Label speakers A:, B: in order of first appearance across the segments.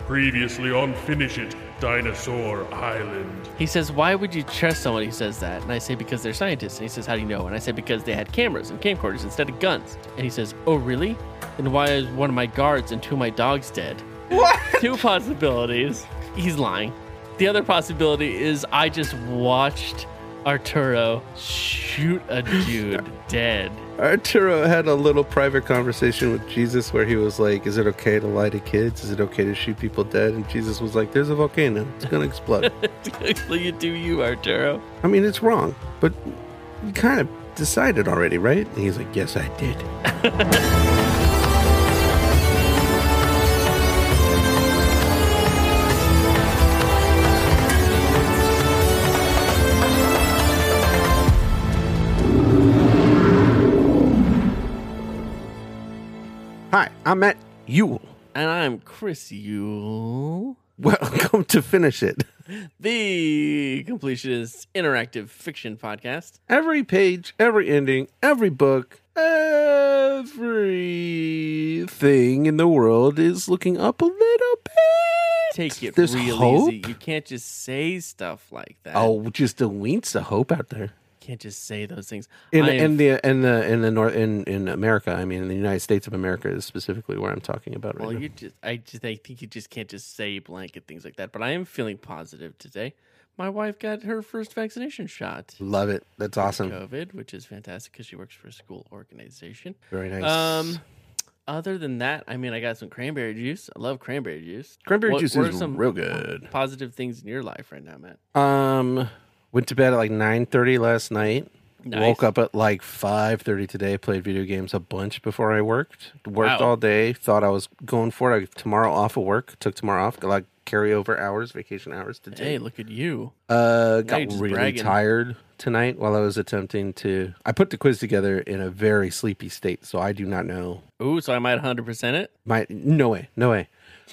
A: Previously on Finish It, Dinosaur Island.
B: He says, Why would you trust someone who says that? And I say, Because they're scientists. And he says, How do you know? And I say, Because they had cameras and camcorders instead of guns. And he says, Oh, really? Then why is one of my guards and two of my dogs dead?
C: What?
B: Two possibilities. He's lying. The other possibility is I just watched Arturo shoot a dude dead.
D: Arturo had a little private conversation with Jesus where he was like, Is it okay to lie to kids? Is it okay to shoot people dead? And Jesus was like, There's a volcano. It's going to explode.
B: you do you, Arturo.
D: I mean, it's wrong, but you kind of decided already, right? And he's like, Yes, I did. Hi, I'm Matt Yule.
B: And I'm Chris Yule,
D: Welcome to Finish It.
B: the completionist interactive fiction podcast.
D: Every page, every ending, every book, everything in the world is looking up a little bit.
B: Take it
D: There's
B: real
D: hope?
B: easy. You can't just say stuff like that.
D: Oh, just a wince of hope out there.
B: You can't just say those things.
D: in
B: I am-
D: in the in the in the north in in America. I mean, in the United States of America is specifically where I'm talking about right
B: well,
D: now.
B: you just I just I think you just can't just say blanket things like that. But I am feeling positive today. My wife got her first vaccination shot.
D: Love it. That's awesome.
B: COVID, which is fantastic because she works for a school organization.
D: Very nice.
B: Um, other than that, I mean, I got some cranberry juice. I love cranberry juice.
D: Cranberry
B: What-
D: juice
B: what
D: is
B: are some
D: real good.
B: Positive things in your life right now, Matt.
D: Um, went to bed at like nine thirty last night.
B: Nice.
D: Woke up at like five thirty today. Played video games a bunch before I worked. Worked
B: Wow.
D: all day. Thought I was going for it. I, tomorrow off of work. Took tomorrow off. Got like carryover hours, vacation hours today.
B: Hey, look at you.
D: Uh,
B: you're
D: got
B: just
D: really
B: bragging.
D: tired tonight while I was attempting to. I put the quiz together in a very sleepy state, so I do not know.
B: Ooh, so I might 100% it.
D: My no way, no way.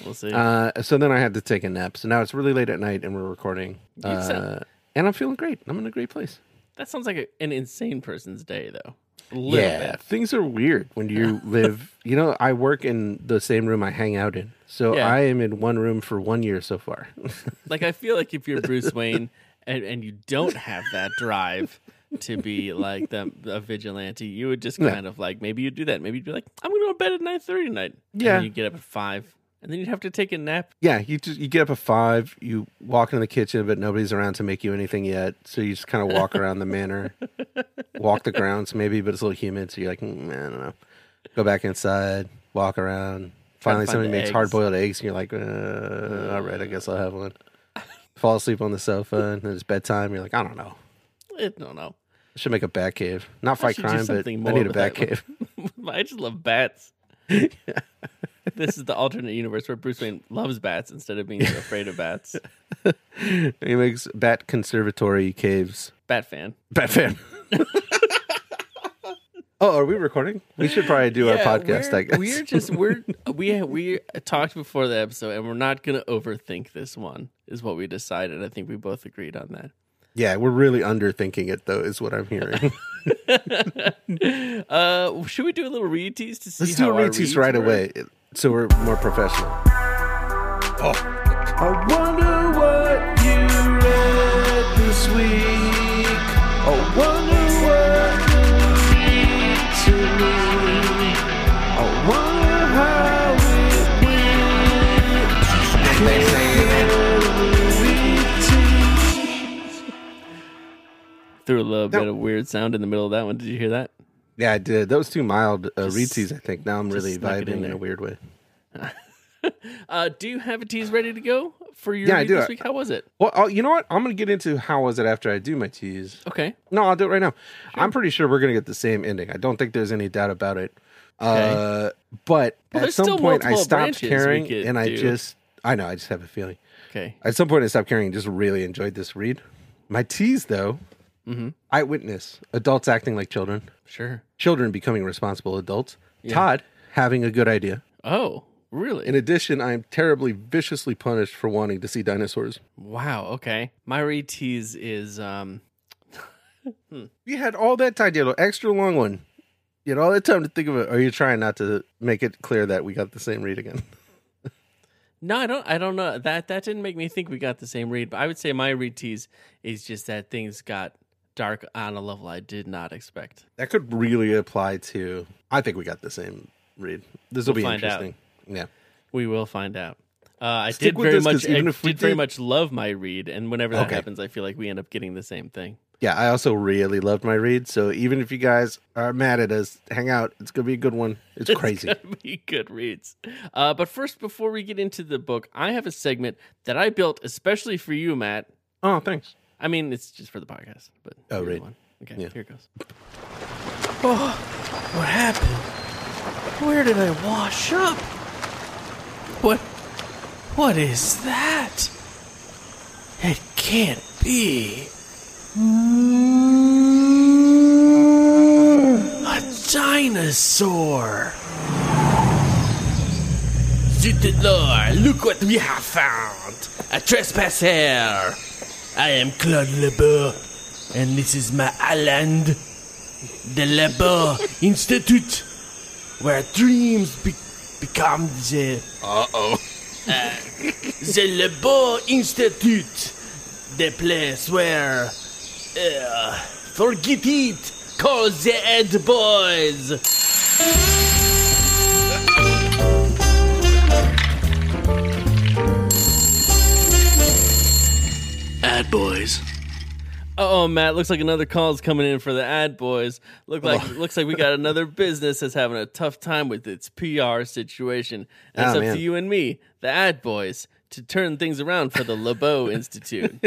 B: We'll see.
D: Uh, so then I had to take a nap. So now it's really late at night, and we're recording.
B: You sound-
D: Uh, and I'm feeling great. I'm in a great place.
B: That sounds like a, an insane person's day, though. A little
D: Yeah,
B: bit.
D: things are weird when you live. You know, I work in the same room I hang out in, so
B: Yeah.
D: I am in one room for one year so far.
B: Like I feel like if you're Bruce Wayne and, and you don't have that drive to be like the, a vigilante, you would just kind of like maybe you'd do that. Maybe you'd be like, I'm going to bed at nine thirty tonight.
D: Yeah.
B: And you get up at five, and then you'd have to take a nap.
D: Yeah, you just you get up at five, you walk into the kitchen, but nobody's around to make you anything yet. So you just kind of walk around the manor, walk the grounds maybe, but it's a little humid, so you're like, mm, I don't know. Go back inside, walk around. Finally,
B: find
D: somebody
B: the
D: makes
B: eggs.
D: hard boiled eggs, and you're like, uh, all right, I guess I'll have one. Fall asleep on the sofa, and then it's bedtime. You're like, I don't know.
B: I don't know.
D: I should make a bat cave. Not fight
B: should do
D: crime, but I
B: something more
D: need a
B: with
D: bat
B: that one.
D: cave.
B: I just love bats. this is the alternate universe where Bruce Wayne loves bats instead of being afraid of bats.
D: he makes bat conservatory caves.
B: Bat fan.
D: Bat fan. oh, are we recording? We should probably do our podcast.
B: We're,
D: I guess.
B: we're just we're we we talked before the episode, and we're not going to overthink this one. Is what we decided. I think we both agreed on that.
D: yeah, we're really underthinking it though, is what I'm hearing.
B: Uh, should we do a little read tease to see?
D: Let's do
B: how
D: a
B: our
D: read
B: reads
D: tease right
B: were?
D: away, so we're more professional. Oh, I wonder what you read this week. I wonder what you read to me. I wonder how it
B: Threw a little
D: No.
B: bit of weird sound in the middle of that one. Did you hear that?
D: Yeah, I did. That was too mild. Uh,
B: Just-
D: read tease, I think. Now I'm really
B: snuck it in
D: vibing in,
B: there.
D: a weird way.
B: Uh, do you have a tease ready to go for your
D: Yeah, I
B: read
D: do.
B: this week? How was it?
D: Well, oh, you know what? I'm going to get into how was it after I do my tease.
B: Okay.
D: No, I'll do it right now. I'm pretty sure we're going to get the same ending. I don't think there's any doubt about it. Uh, but at
B: there's
D: some
B: still
D: point, I
B: multiple
D: stopped
B: branches we
D: caring,
B: could
D: and I
B: do.
D: just, I know, I just have a feeling.
B: Okay.
D: At some point, I stopped caring and just really enjoyed this read. My tease, though,
B: Mm-hmm.
D: eyewitness, adults acting like children,
B: Sure.
D: children becoming responsible adults, Todd having a good idea.
B: Oh, really?
D: In addition, I am terribly viciously punished for wanting to see dinosaurs.
B: wow. Okay. My read tease is um.
D: You had all that time, you had an extra long one. You had all that time to think of it. Are you trying not to make it clear that we got the same read again?
B: No, I don't. I don't know that. That didn't make me think we got the same read. But I would say my read tease is just that things got dark on a level I did not expect.
D: That could really apply to. I think we got the same read. This will
B: We'll
D: be
B: find out.
D: interesting. Yeah.
B: We will find out. Uh, I
D: Stick
B: did
D: with
B: very
D: this, 'cause
B: much. I
D: even
B: did,
D: if we
B: very
D: did-
B: much love my read, and whenever that
D: Okay.
B: happens, I feel like we end up getting the same thing.
D: Yeah. I also really loved my read. So even if you guys are mad at us, hang out. It's going to be a good one. It's, crazy.
B: It's gonna be good reads. Uh, but first, before we get into the book, I have a segment that I built especially for you, Matt.
D: Oh, thanks.
B: I mean, it's just for the podcast, but
D: Oh,
B: you're the
D: right.
B: one. Okay,
D: Yeah.
B: here it goes.
C: Oh, What happened? Where did I wash up? What? What is that? It can't be. A dinosaur. Zit the door, look what we have found. A trespasser. I am Claude Leboeuf, and this is my island the Labor Institute, where dreams be- become the. Uh-oh. the Labor Institute, the place where. Uh, forget it, call the head boys. Ad boys.
B: Oh, Matt, looks like another call is coming in for the ad boys. Look like looks like we got another business that's having a tough time with its PR situation. And it's
D: Ah,
B: up
D: man.
B: to you and me, the ad boys, to turn things around for the LeBeau Institute.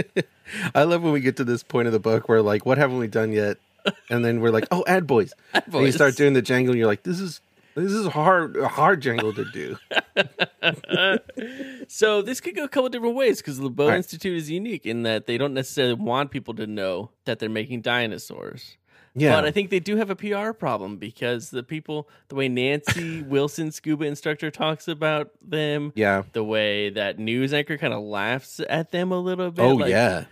D: I love when we get to this point of the book where, like, what haven't we done yet? And then we're like, oh, ad boys. And you
B: boys.
D: start doing the jangle. And you're like, this is. This is hard, a hard jangle to do.
B: So this could go a couple different ways because the LeBeau
D: right.
B: Institute is unique in that they don't necessarily want people to know that they're making dinosaurs.
D: Yeah,
B: But I think they do have a PR problem because the people, the way Nancy Wilson, scuba instructor, talks about them,
D: yeah.
B: the way that news anchor kind of laughs at them a little bit.
D: Oh,
B: like,
D: yeah.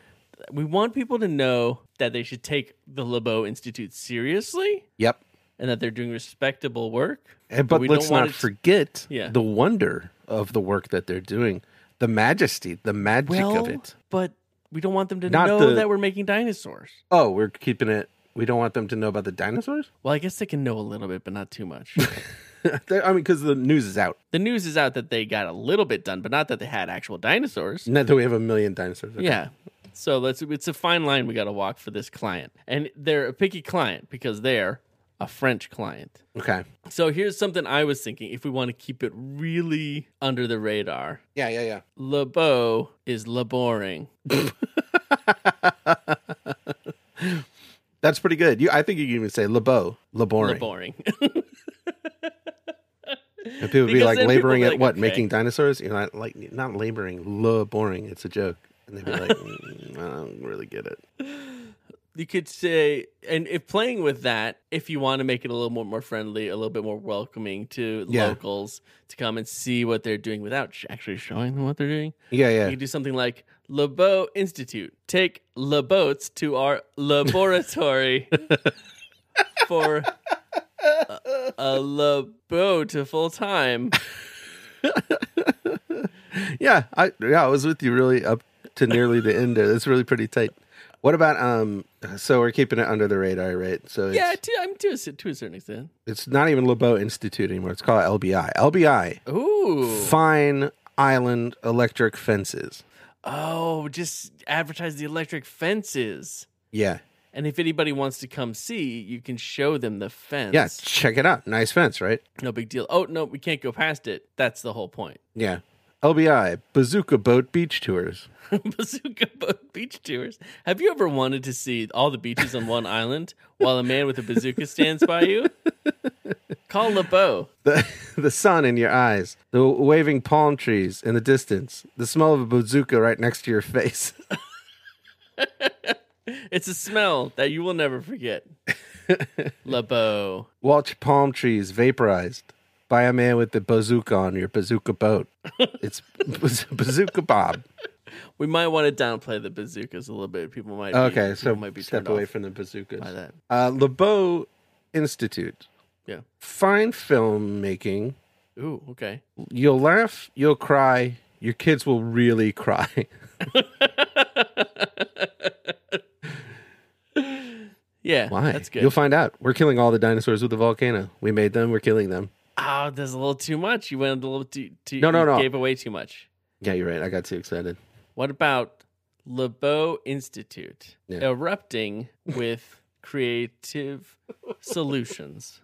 B: We want people to know that they should take the LeBeau Institute seriously
D: Yep.
B: and that they're doing respectable work.
D: And, Eh, but
B: we
D: let's
B: don't want
D: not
B: it to-
D: forget
B: Yeah.
D: the wonder of the work that they're doing, the majesty, the magic
B: Well,
D: of it.
B: but we don't want them to
D: Not
B: know
D: the-
B: that we're making dinosaurs.
D: Oh, we're keeping it. We don't want them to know about the dinosaurs.
B: Well, I guess they can know a little bit, but not too much.
D: They- I mean, because the news is out.
B: the news is out that they got a little bit done, but not that they had actual dinosaurs.
D: Not that we have a million dinosaurs. Okay.
B: Yeah. So let's it's a fine line we got to walk for this client. And they're a picky client because they're a French client.
D: Okay.
B: So here's something I was thinking if we want to keep it really under the radar.
D: Yeah. Yeah. Yeah.
B: LeBeau is laboring.
D: That's pretty good. You, I think you can even say LeBeau, LeBoring.
B: Laboring.
D: And people be
B: Because
D: like
B: then people
D: laboring
B: be
D: at
B: like,
D: what?
B: okay.
D: Making dinosaurs? You're not like not laboring, LeBoring. It's a joke. And they'd be like, "Mm, I don't really get it.
B: you could say and if playing with that if you want to make it a little more, more friendly a little bit more welcoming to
D: Yeah.
B: locals to come and see what they're doing without sh- actually showing them what they're doing
D: Yeah. Yeah.
B: you could do something like lebeau institute take leboats to our laboratory for a, a lebeau to full time
D: Yeah, I yeah, I was with you really up to nearly the end there. That's really pretty tight. What about um? So we're keeping it under the radar, right? So it's,
B: yeah to, i'm to a, cer- to a certain extent
D: it's not even LeBeau Institute anymore. It's called LBI. LBI,
B: ooh
D: Fine Island Electric Fences.
B: oh just advertise the electric fences
D: Yeah,
B: And if anybody wants to come see, you can show them the fence.
D: yeah. Check it out. Nice fence, right?
B: No big deal. Oh, no, we can't go past it. That's the whole point.
D: Yeah. LBI Bazooka Boat Beach Tours.
B: Bazooka Boat Beach Tours. Have you ever wanted to see all the beaches on one island while a man with a bazooka stands by you? Call LeBeau.
D: The the sun in your eyes, the waving palm trees in the distance, the smell of a bazooka right next to your face.
B: It's a smell that you will never forget. LeBeau.
D: Watch palm trees vaporized by a man with a bazooka on your bazooka boat. It's baz- bazooka Bob.
B: We might want to downplay the bazookas a little bit. People might be,
D: Okay, so
B: people might be
D: step
B: turned
D: away
B: off
D: from the bazookas.
B: by that.
D: Uh, LeBeau Institute.
B: Yeah.
D: Fine filmmaking.
B: Ooh, okay.
D: You'll laugh, you'll cry, your kids will really cry.
B: Yeah,
D: Why?
B: that's good.
D: You'll find out. We're killing all the dinosaurs with the volcano. We made them. We're killing them.
B: oh, that's a little too much. You went a little too. too
D: No, no,
B: you
D: no.
B: Gave away too much.
D: Yeah, you're right. I got too excited.
B: What about Le Beau Institute
D: Yeah.
B: erupting with creative solutions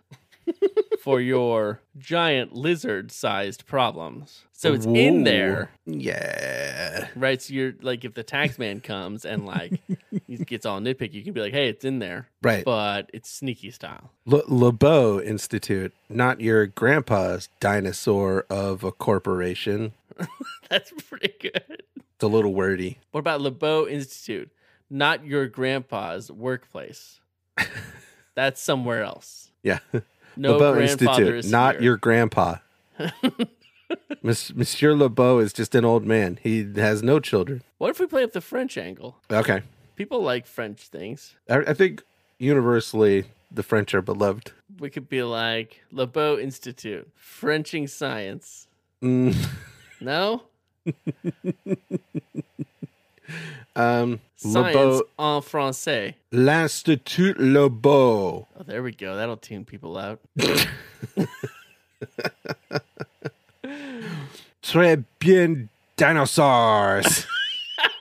B: for your giant lizard-sized problems? So it's in
D: Whoa.
B: there.
D: Yeah.
B: Right, so you're like, if the tax man comes and like he gets all nitpicky, you can be like, "Hey, it's in there,"
D: Right.
B: but it's sneaky style.
D: Le Le Beau Institute, not your grandpa's dinosaur of a corporation.
B: That's pretty good.
D: It's a little wordy.
B: What about Le Beau Institute? Not your grandpa's workplace. That's somewhere else.
D: Yeah.
B: No
D: Le Beau
B: grandfather
D: Institute,
B: is
D: not
B: here.
D: your grandpa. Miss, Monsieur Le Beau is just an old man. He has no children.
B: What if we play up the French angle?
D: Okay.
B: People like French things.
D: I, I think universally the French are beloved.
B: We could be like Le Beau Institute, Frenching science.
D: Mm,
B: No
D: um, Le
B: science
D: Beau,
B: en français.
D: L'Institut Le Beau.
B: Oh, there we go. That'll tune people out.
D: Très bien dinosaurs.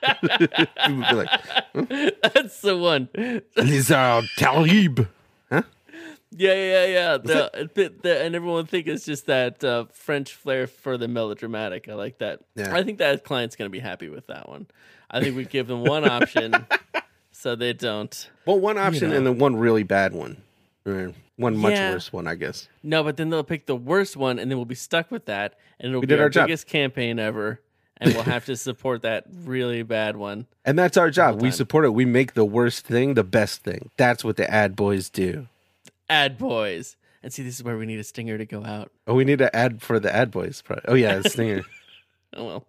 D: People be like,
B: That's the one. Yeah,
D: Lizard terrible.
B: yeah, yeah. The, the, the, and everyone think it's just that uh, French flair for the melodramatic. I like that.
D: Yeah.
B: I think that client's going to be happy with that one. I think we give them one option so they don't.
D: Well, one option and then one really bad one. Or One much
B: Yeah.
D: worse one, I guess.
B: No, but then they'll pick the worst one and then we'll be stuck with that. And it'll be
D: did
B: our,
D: our job.
B: biggest campaign ever. And we'll have to support that really bad one.
D: And that's our job. We
B: time.
D: support it. We make the worst thing the best thing. That's what the ad boys do.
B: Ad boys. And see, this is where we need a stinger to go out.
D: Oh, we need an ad for the ad boys. Pro- Oh, yeah, it's Stinger.
B: Oh, well.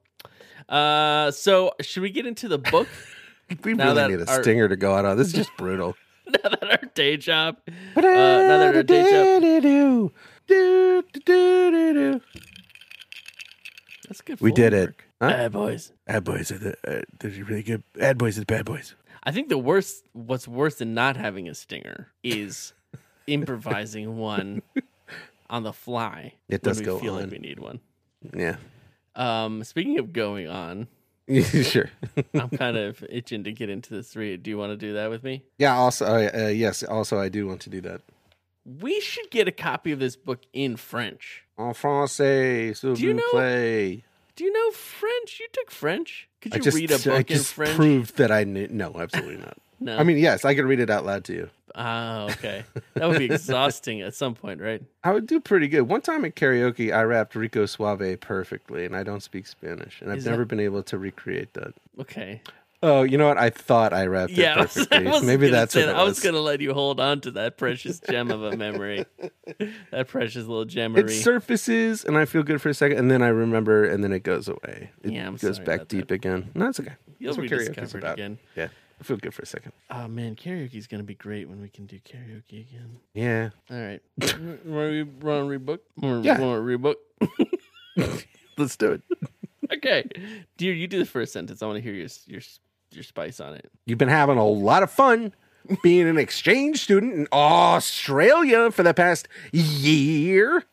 B: Uh, so, should we get into the book?
D: we
B: Now that
D: really need a
B: our-
D: Stinger to go out on. This is just brutal.
B: now that our day job, uh, now that our day job, that's good.
D: We did
B: forward
D: it.
B: work.
D: Huh?
B: Uh, boys.
D: Ad boys are the uh, those are really good. Ad boys are the bad boys.
B: I think the worst, what's worse than not having a stinger is improvising one on the fly.
D: It
B: when
D: does
B: we
D: go
B: feel
D: on.
B: like we need one.
D: Yeah,
B: Um, speaking of going on,
D: sure.
B: I'm kind of itching to get into this read. Do you want to do that with me?
D: Yeah. Also, uh, uh, yes. Also, I do want to do that.
B: We should get a copy of this book in French.
D: En français, s'il
B: Do you
D: vous
B: know-
D: plaît.
B: Do you know French? You took French. Could
D: I
B: you
D: just,
B: read a book
D: I
B: in
D: just
B: French?
D: proved that I knew. No, absolutely not.
B: no.
D: I mean, yes, I could read it out loud to you.
B: Oh, okay. That would be exhausting at some point, right?
D: I would do pretty good. One time at karaoke, I rapped Rico Suave perfectly, and I don't speak Spanish, and I've
B: Is that-
D: never been able to recreate that.
B: Okay.
D: Oh, you know what? I thought I rapped
B: Yeah,
D: it
B: I was,
D: perfectly. Maybe that's what
B: going
D: it
B: I was
D: was.
B: going to let you hold on to that precious gem of a memory. that precious little
D: It
B: gemmery.
D: surfaces, and I feel good for a second, and then I remember, and then it goes away. It
B: Yeah, I'm
D: goes
B: sorry
D: back
B: about that.
D: deep again. No, it's okay.
B: You'll
D: That's what karaoke's
B: rediscover it
D: about.
B: again.
D: Yeah, I feel good for a second.
B: Oh man, karaoke's going to be great when we can do karaoke again.
D: Yeah.
B: All right. Want to rebook? Want
D: Yeah.
B: to rebook?
D: Let's do it.
B: okay. Dear, you do the first sentence. I want to hear your your your spice on it.
D: You've been having a lot of fun being an exchange student in Australia for the past year.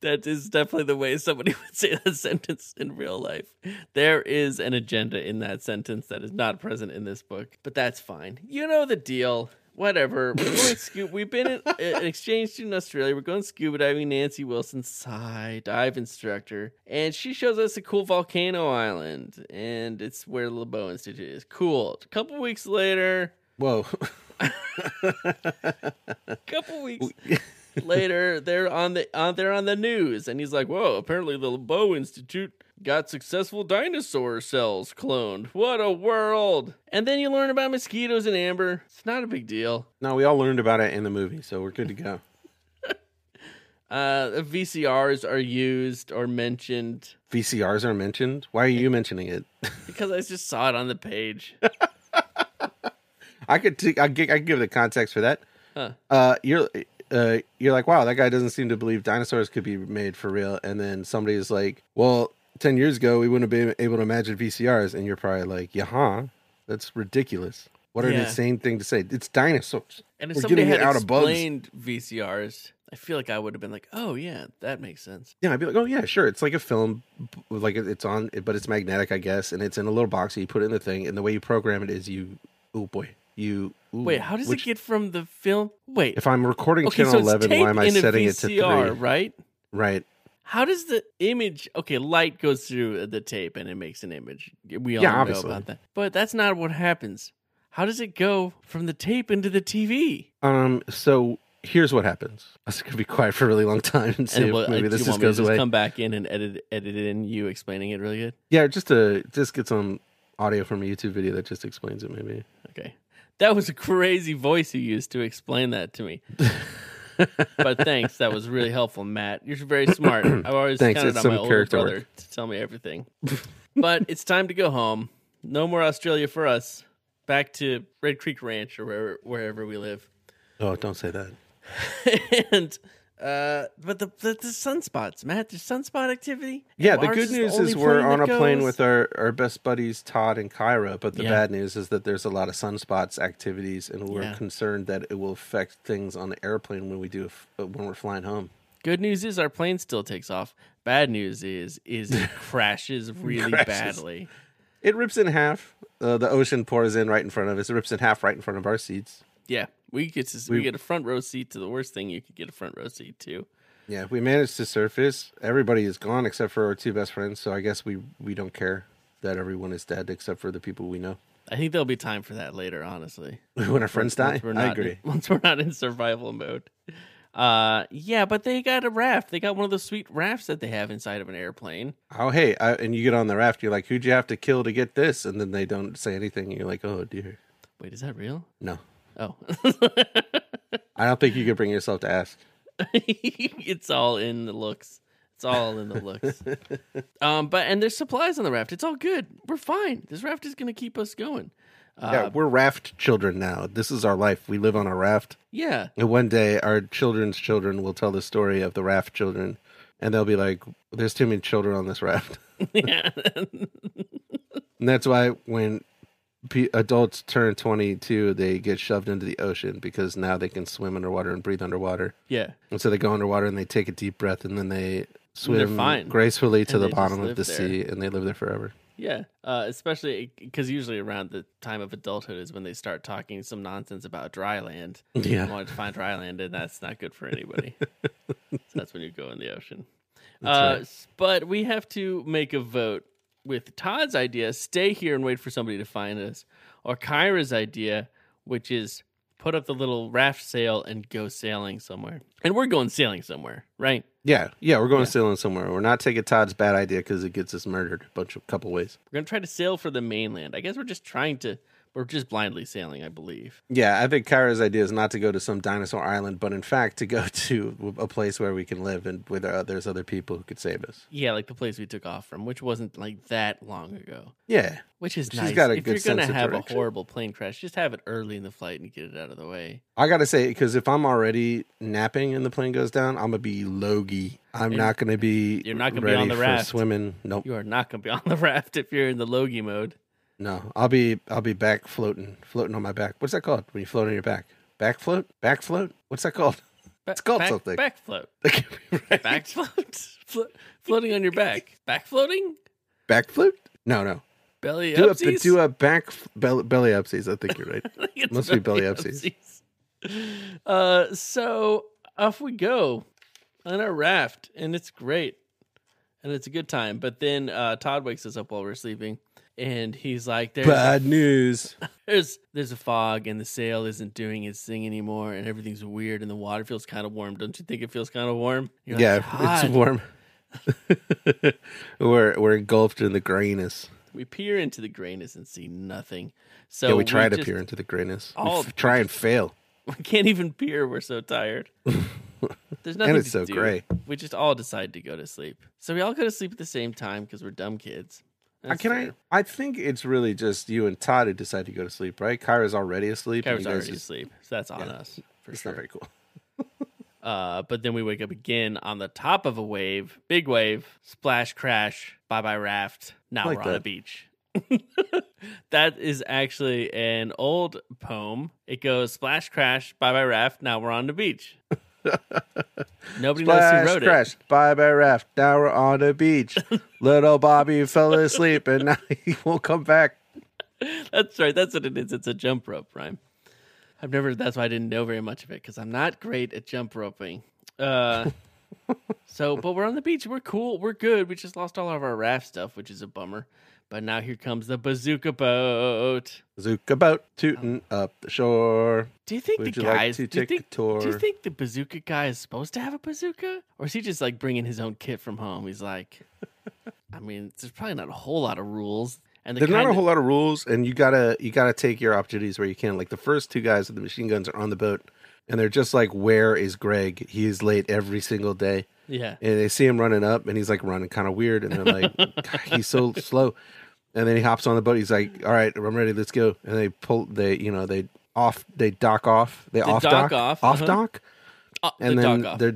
B: That is definitely the way somebody would say that sentence in real life. There is an agenda in that sentence that is not present in this book, but that's fine. You know the deal. Whatever. We're going scu- We've been in, uh, an exchange student in Australia. We're going scuba diving. Nancy Wilson's side dive instructor, and she shows us a cool volcano island, and it's where the LeBeau Institute is. Cool. A couple weeks later,
D: Whoa.
B: couple weeks later, they're on the on they're on the news, and he's like, "Whoa! Apparently, the Bow Institute got successful dinosaur cells cloned. What a world!" And then you learn about mosquitoes and amber. It's not a big deal.
D: No, we all learned about it in the movie, so we're good to go.
B: Uh, VCRs are used or mentioned
D: VCRs are mentioned. Why are you mentioning it?
B: because I just saw it on the page.
D: I could t- I gi- I could give the context for that.
B: Huh.
D: Uh, you're uh, you're like, wow, that guy doesn't seem to believe dinosaurs could be made for real. And then somebody's like, well, ten years ago, we wouldn't have been able to imagine VCRs, and you're probably like, "Yaha, that's ridiculous. What an
B: Yeah.
D: insane thing to say. It's dinosaurs.
B: And if
D: We're
B: somebody
D: getting
B: had
D: it out of bugs.
B: explained VCRs, I feel like I would have been like, "Oh yeah, that makes sense."
D: Yeah, I'd be like, oh yeah, sure. It's like a film, b- like it- it's on, but it's magnetic, I guess, and it's in a little box. And you put it in the thing, and the way you program it is you. Oh boy, you. ooh,
B: Wait, how does
D: which-
B: it get from the film? Wait,
D: If I'm recording
B: okay,
D: channel
B: so it's
D: eleven, why am I
B: taped in a
D: setting it to three?
B: VCR, Right?
D: Right.
B: How does the image? Okay, light goes through the tape and it makes an image. We all
D: Yeah,
B: know
D: obviously.
B: about that, but that's not what happens. How does it go from the tape into the TV?
D: Um. So here's what happens. I was gonna be quiet for a really long time and see
B: And
D: if
B: what- uh,
D: maybe
B: do
D: this
B: you
D: just
B: want me to
D: goes away.
B: Come back in and edit edit in you explaining it really good.
D: Yeah, just to just get some audio from a YouTube video that just explains it. Maybe.
B: Okay. That was a crazy voice you used to explain that to me. but thanks. That was really helpful, Matt. You're very smart. I've always
D: Thanks,
B: counted
D: it's
B: on
D: some
B: my older
D: character
B: brother
D: work.
B: to tell me everything. but it's time to go home. No more Australia for us. Back to Red Creek Ranch or wherever, wherever we live.
D: Oh, don't say that.
B: and uh but the, the the sunspots, Matt, there's sunspot activity.
D: Yeah,
B: And
D: the
B: ours
D: good news
B: only
D: is we're
B: plane
D: on a
B: that
D: plane
B: goes.
D: with our, our best buddies Todd and Kyra, but the
B: Yeah.
D: bad news is that there's a lot of sunspots activities, and we're
B: Yeah.
D: concerned that it will affect things on the airplane when we do if, when we're flying home.
B: Good news is our plane still takes off. Bad news is is it crashes really
D: Crashes.
B: badly.
D: It rips in half. Uh, the ocean pours in right in front of us. It rips in half right in front of our seats.
B: Yeah, we get to, we, get a front row seat to the worst thing you could get a front row seat to.
D: Yeah, we managed to surface. Everybody is gone except for our two best friends. So I guess we we don't care that everyone is dead except for the people we know.
B: I think there'll be time for that later, honestly.
D: when our friends die,
B: Once we're
D: I
B: not
D: agree.
B: once we're not in survival mode. Uh, yeah, but they got a raft. They got one of those sweet rafts that they have inside of an airplane.
D: oh hey I, and you get on the raft you're like who'd you have to kill to get this and then they don't say anything and you're like oh dear
B: Wait, is that real?
D: no
B: Oh,
D: i don't think you could bring yourself to ask
B: it's all in the looks. It's all in the looks. um, but and there's supplies on the raft. It's all good. We're fine. This raft is gonna keep us going.
D: yeah we're raft children now this is our life we live on a raft
B: Yeah,
D: and one day our children's children will tell the story of the raft children and they'll be like there's too many children on this raft
B: yeah.
D: and that's why when pe adults turn 22 they get shoved into the ocean because now they can swim underwater and breathe underwater
B: yeah.
D: And so they go underwater and they take a deep breath and then they
B: they're
D: swim
B: fine.
D: gracefully to
B: And
D: the
B: they just
D: bottom of
B: live
D: the
B: there.
D: sea and they live there forever.
B: Yeah, uh, especially because usually around the time of adulthood is when they start talking some nonsense about dry land.
D: Yeah.
B: I wanted to find dry land, and that's not good for anybody. so that's when you go in the ocean.
D: That's
B: uh, s- But we have to make a vote with Todd's idea: stay here and wait for somebody to find us, or Kyra's idea, which is put up the little raft sail and go sailing somewhere. And we're going sailing somewhere, right?
D: Yeah, yeah, we're going sailing somewhere. We're not taking Todd's bad idea because it gets us murdered a bunch of couple ways.
B: We're gonna try to sail for the mainland. I guess we're just trying to. We're just blindly sailing, I believe.
D: Yeah, I think Kyra's idea is not to go to some dinosaur island, but in fact to go to a place where we can live and where there are, there's other people who could save us.
B: Yeah, like the place we took off from, which wasn't like that long ago.
D: Yeah,
B: Which is
D: She's
B: nice.
D: got a
B: if
D: good
B: you're gonna
D: sense of
B: have a
D: direction.
B: horrible plane crash, just have it early in the flight and get it out of the way.
D: I gotta say because if I'm already napping and the plane goes down, I'm gonna be logy. I'm not gonna be.
B: you're not gonna be
D: ready
B: on the
D: for
B: raft.
D: swimming. Nope.
B: You are not gonna be on the raft if you're in the logie mode.
D: No, I'll be I'll be back floating, floating on my back. What's that called when you float on your back? Back float, back float. What's that called?
B: Ba-
D: It's called
B: back,
D: something.
B: Back float.
D: That can't be right.
B: Back float. Flo- floating on your back. Back floating.
D: Back float? No, no.
B: Belly
D: Do a
B: upsies?
D: do a back f- belly, belly upsies. I think you're right.
B: I think it's
D: Must be belly
B: upsies. Uh, so off we go on our raft, and it's great, and it's a good time. But then uh, Todd wakes us up while we're sleeping, and he's like, "There's
D: Bad news.
B: there's there's a fog, and the sail isn't doing its thing anymore, and everything's weird, and the water feels kind of warm. Don't you think it feels kind of warm? You're like,
D: yeah,
B: "Todd."
D: it's warm. we're we're engulfed in the grayness.
B: We peer into the grayness and see nothing. So
D: yeah, we try to
B: just-
D: peer into the grayness. We
B: All-
D: f- try and fail.
B: We can't even peer. We're so tired. There's nothing
D: it's
B: to
D: so
B: do.
D: gray.
B: We just all decide to go to sleep. So we all go to sleep at the same time because we're dumb kids.
D: Uh,
B: That's
D: Can
B: fair.
D: I? I think it's really just you and Todd who decide to go to sleep, right? Kyra's already asleep. and
B: Kyra's
D: you guys
B: already
D: just-
B: asleep, so that's on us for
D: It's
B: sure.
D: not very cool.
B: Uh, but then we wake up again on the top of a wave, big wave, splash, crash, bye bye raft. Now
D: like
B: we're on a
D: that.
B: beach. that is actually an old poem. It goes splash, crash, bye bye raft. Now we're on the beach. Nobody knows
D: Splash,
B: who wrote
D: crash, bye bye raft. Now we're on the beach. Little Bobby fell asleep and now he won't come back.
B: it. That's right. That's what it is. It's a jump rope rhyme. I've never. That's why I didn't know very much of it because I'm not great at jump roping. Uh, so, but we're on the beach. We're cool. We're good. We just lost all of our raft stuff, which is a bummer. But now here comes the bazooka boat.
D: Zook about tootin' up the shore.
B: Do you think
D: Would
B: the
D: you like
B: guys
D: to
B: do you
D: take
B: think,
D: a tour?
B: Do you think the bazooka guy is supposed to have a bazooka, or is he just like bringing his own kit from home? He's like, I mean, there's probably not a whole lot of rules, and the
D: There's not
B: kind
D: a
B: of-
D: whole lot of rules, and you gotta you gotta take your opportunities where you can. Like the first two guys with the machine guns are on the boat, and they're just like, "Where is Greg? He is late every single day."
B: yeah.
D: And they see him running up, and he's like running kind of weird, and they're like, "God, "He's so slow." And then he hops on the boat. He's like, "All right, I'm ready. Let's go." And they pull they you know they off they dock off they, off
B: dock
D: dock,
B: off,
D: off
B: uh-huh.
D: dock,
B: Oh, the
D: and then
B: dog off.
D: they're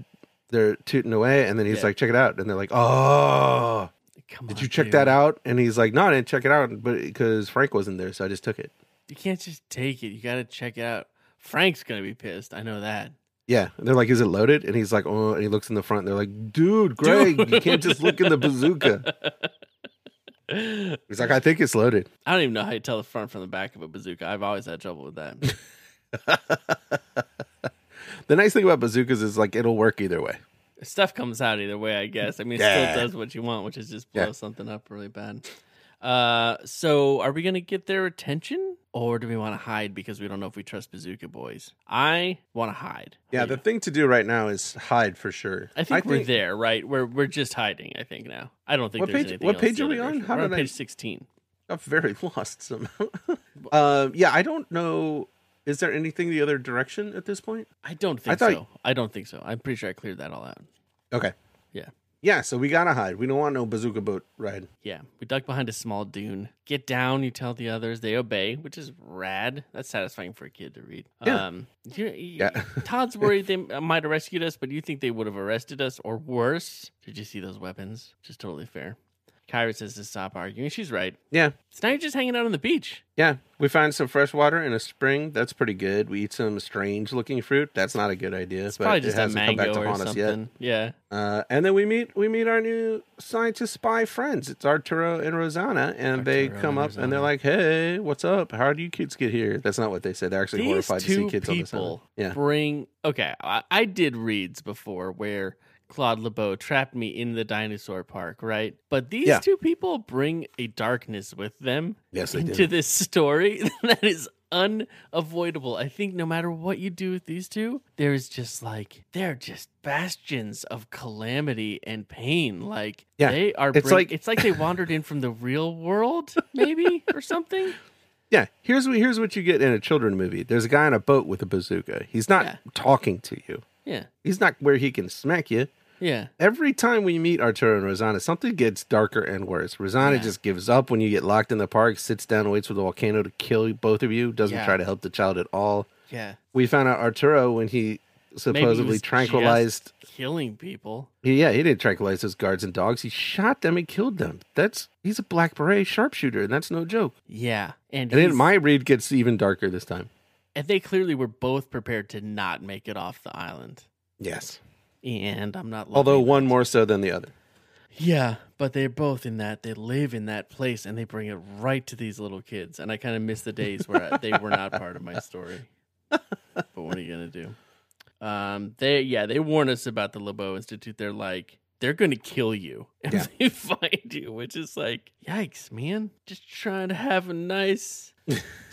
D: they're tooting away, and then he's
B: Yeah.
D: like, "Check it out," and they're like, "Oh."
B: Come
D: Did
B: on,
D: you check
B: dude.
D: that out? And he's like, no, I didn't check it out, but because Frank wasn't there, so I just took it.
B: You can't just take it. You got to check it out. Frank's gonna be pissed. I know that.
D: Yeah. And they're like, is it loaded? And he's like, oh, and he looks in the front. And they're like, dude, Greg, you can't just look in the bazooka.
B: I
D: He's like, I think it's loaded.
B: don't even know how you tell the front from the back of a bazooka. I've always had trouble with that.
D: The nice thing about bazookas is like it'll work either way.
B: stuff comes out either way, I guess. I mean, it
D: Yeah.
B: still does what you want, which is just blow
D: Yeah.
B: something up really bad. Uh, so are we gonna get their attention, or do we want to hide because we don't know if we trust Bazooka Boys? I want to hide.
D: Yeah, the thing to do right now is hide for sure.
B: I think we're there, right? We're we're just hiding. I think now. I don't think
D: What
B: there's
D: page-
B: anything
D: what
B: else
D: page
B: to
D: are
B: the
D: we on?
B: version.
D: How
B: We're on
D: did I-
B: page sixteen?
D: I'm very lost somehow. um, yeah, I don't know. Is there anything the other direction at this point?
B: I don't think
D: thought-
B: so. I don't think so. I'm pretty sure I cleared that all out.
D: Okay.
B: Yeah.
D: Yeah, so we gotta hide. We don't want no bazooka boat ride.
B: Yeah, we duck behind a small dune. Get down, you tell the others. They obey, which is rad. That's satisfying for a kid to read.
D: Yeah.
B: Um, you,
D: Yeah.
B: Todd's worried they might have rescued us, but you think they would have arrested us or worse. Did you see those weapons? Which is totally fair. Kyra says to stop arguing. She's right.
D: Yeah,
B: So now you're just hanging out on the beach.
D: Yeah, we find some fresh water in a spring. That's pretty good. We eat some strange looking fruit. That's not a good idea.
B: It's probably just a mango or
D: us yet.
B: something. Yeah.
D: Uh, and then we meet we meet our new scientist spy friends. It's Arturo and Rosanna, and they
B: Arturo
D: come
B: and
D: up and they're
B: Rosanna.
D: like, "Hey, what's up? How do you kids get here?" That's not what they said. They're actually
B: These
D: horrified to
B: two
D: see kids on the
B: people
D: island. Yeah,
B: bring. Okay, I, I did reads before where Claude LeBeau trapped me in the dinosaur park, right? But these
D: Yeah.
B: two people bring a darkness with them
D: yes, they
B: into
D: did.
B: this story that is unavoidable. I think no matter what you do with these two, there's just like they're just bastions of calamity and pain. Like
D: Yeah,
B: they are.
D: it's
B: bring-
D: like-
B: it's like they wandered in from the real world, maybe or something.
D: Yeah, here's what here's what you get in a children movie. There's a guy on a boat with a bazooka. He's not
B: Yeah.
D: talking to you.
B: Yeah,
D: He's not where he can smack you.
B: yeah.
D: every time we meet Arturo and Rosanna, something gets darker and worse. Rosanna
B: Yeah.
D: just gives up when you get locked in the park, sits down, waits for the volcano to kill both of you, doesn't
B: Yeah.
D: try to help the child at all.
B: Yeah.
D: We found out Arturo when he
B: Maybe he was
D: supposedly
B: just
D: tranquilized.
B: killing people.
D: He- yeah, he didn't tranquilize those guards and dogs. He shot them and killed them. That's he's a black beret sharpshooter, and that's no joke.
B: Yeah, and
D: And in
B: he's-
D: my read gets even darker this time.
B: and they clearly were both prepared to not make it off the island.
D: Yes,
B: And I'm not.
D: although
B: loving-
D: one more so than the other.
B: yeah, but they're both in that. They live in that place, and they bring it right to these little kids. And I kind of miss the days where I- they were not part of my story. But what are you gonna do? Um, they yeah, they warn us about the LeBeau Institute. They're like, they're gonna kill you if
D: Yeah.
B: they find you, which is like, yikes, man! Just trying to have a nice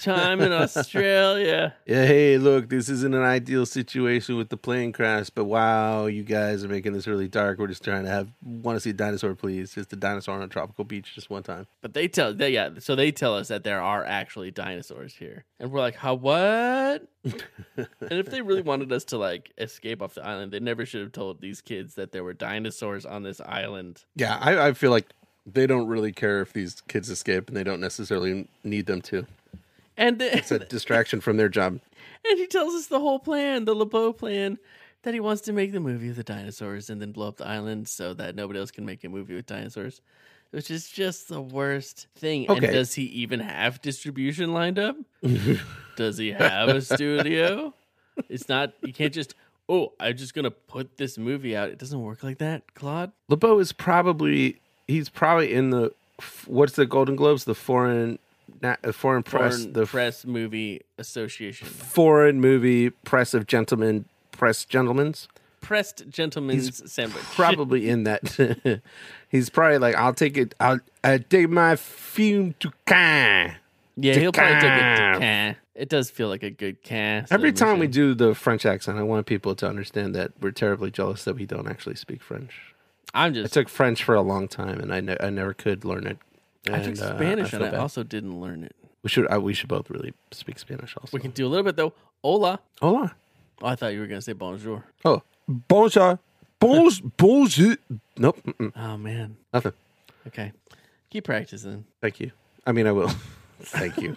B: time in Australia.
D: Yeah, hey, look, this isn't an ideal situation with the plane crash, but wow, you guys are making this really dark. We're just trying to have want to see a dinosaur, please. Just a dinosaur on a tropical beach, just one time.
B: But they tell they yeah, so they tell us that there are actually dinosaurs here. And we're like, how what? and if they really wanted us to like escape off the island, they never should have told these kids that there were dinosaurs on this island.
D: Yeah, I, I feel like they don't really care if these kids escape, and they don't necessarily need them to.
B: And the,
D: It's a distraction from their job.
B: and he tells us the whole plan, the LeBeau plan. that he wants to make the movie of the dinosaurs and then blow up the island so that nobody else can make a movie with dinosaurs, which is just the worst thing.
D: Okay.
B: And does he even have distribution lined up? does he have a studio? It's not, you can't just, oh, I'm just going to put this movie out. It doesn't work like that, Claude.
D: LeBeau is probably he's probably in the f- what's the Golden Globes? The foreign na- uh, foreign press
B: Foreign
D: the
B: Press Movie Association.
D: foreign movie press of gentlemen press gentlemen's
B: Pressed Gentleman's Sandwich.
D: probably in that. he's probably like I'll take it. I'll I take my fume to can.
B: yeah, he'll probably take it to
D: Decaf.
B: can. It does feel like a good can. so
D: Every
B: we
D: time we
B: should-
D: do the French accent, I want people to understand that we're terribly jealous that we don't actually speak French.
B: I'm
D: I
B: just
D: took French for a long time, and I ne- I never could learn it.
B: I took
D: And, uh,
B: Spanish
D: feel
B: and I
D: bad.
B: also didn't learn it.
D: we should I, we should both really speak Spanish also.
B: We can do a little bit though. Hola.
D: Hola.
B: Oh, I thought you were gonna say bonjour.
D: Oh, bonjour. Bonj, bonjour. Nope, mm-mm,
B: Oh man.
D: nothing.
B: Okay. Keep practicing.
D: Thank you. I mean, I will. Thank you.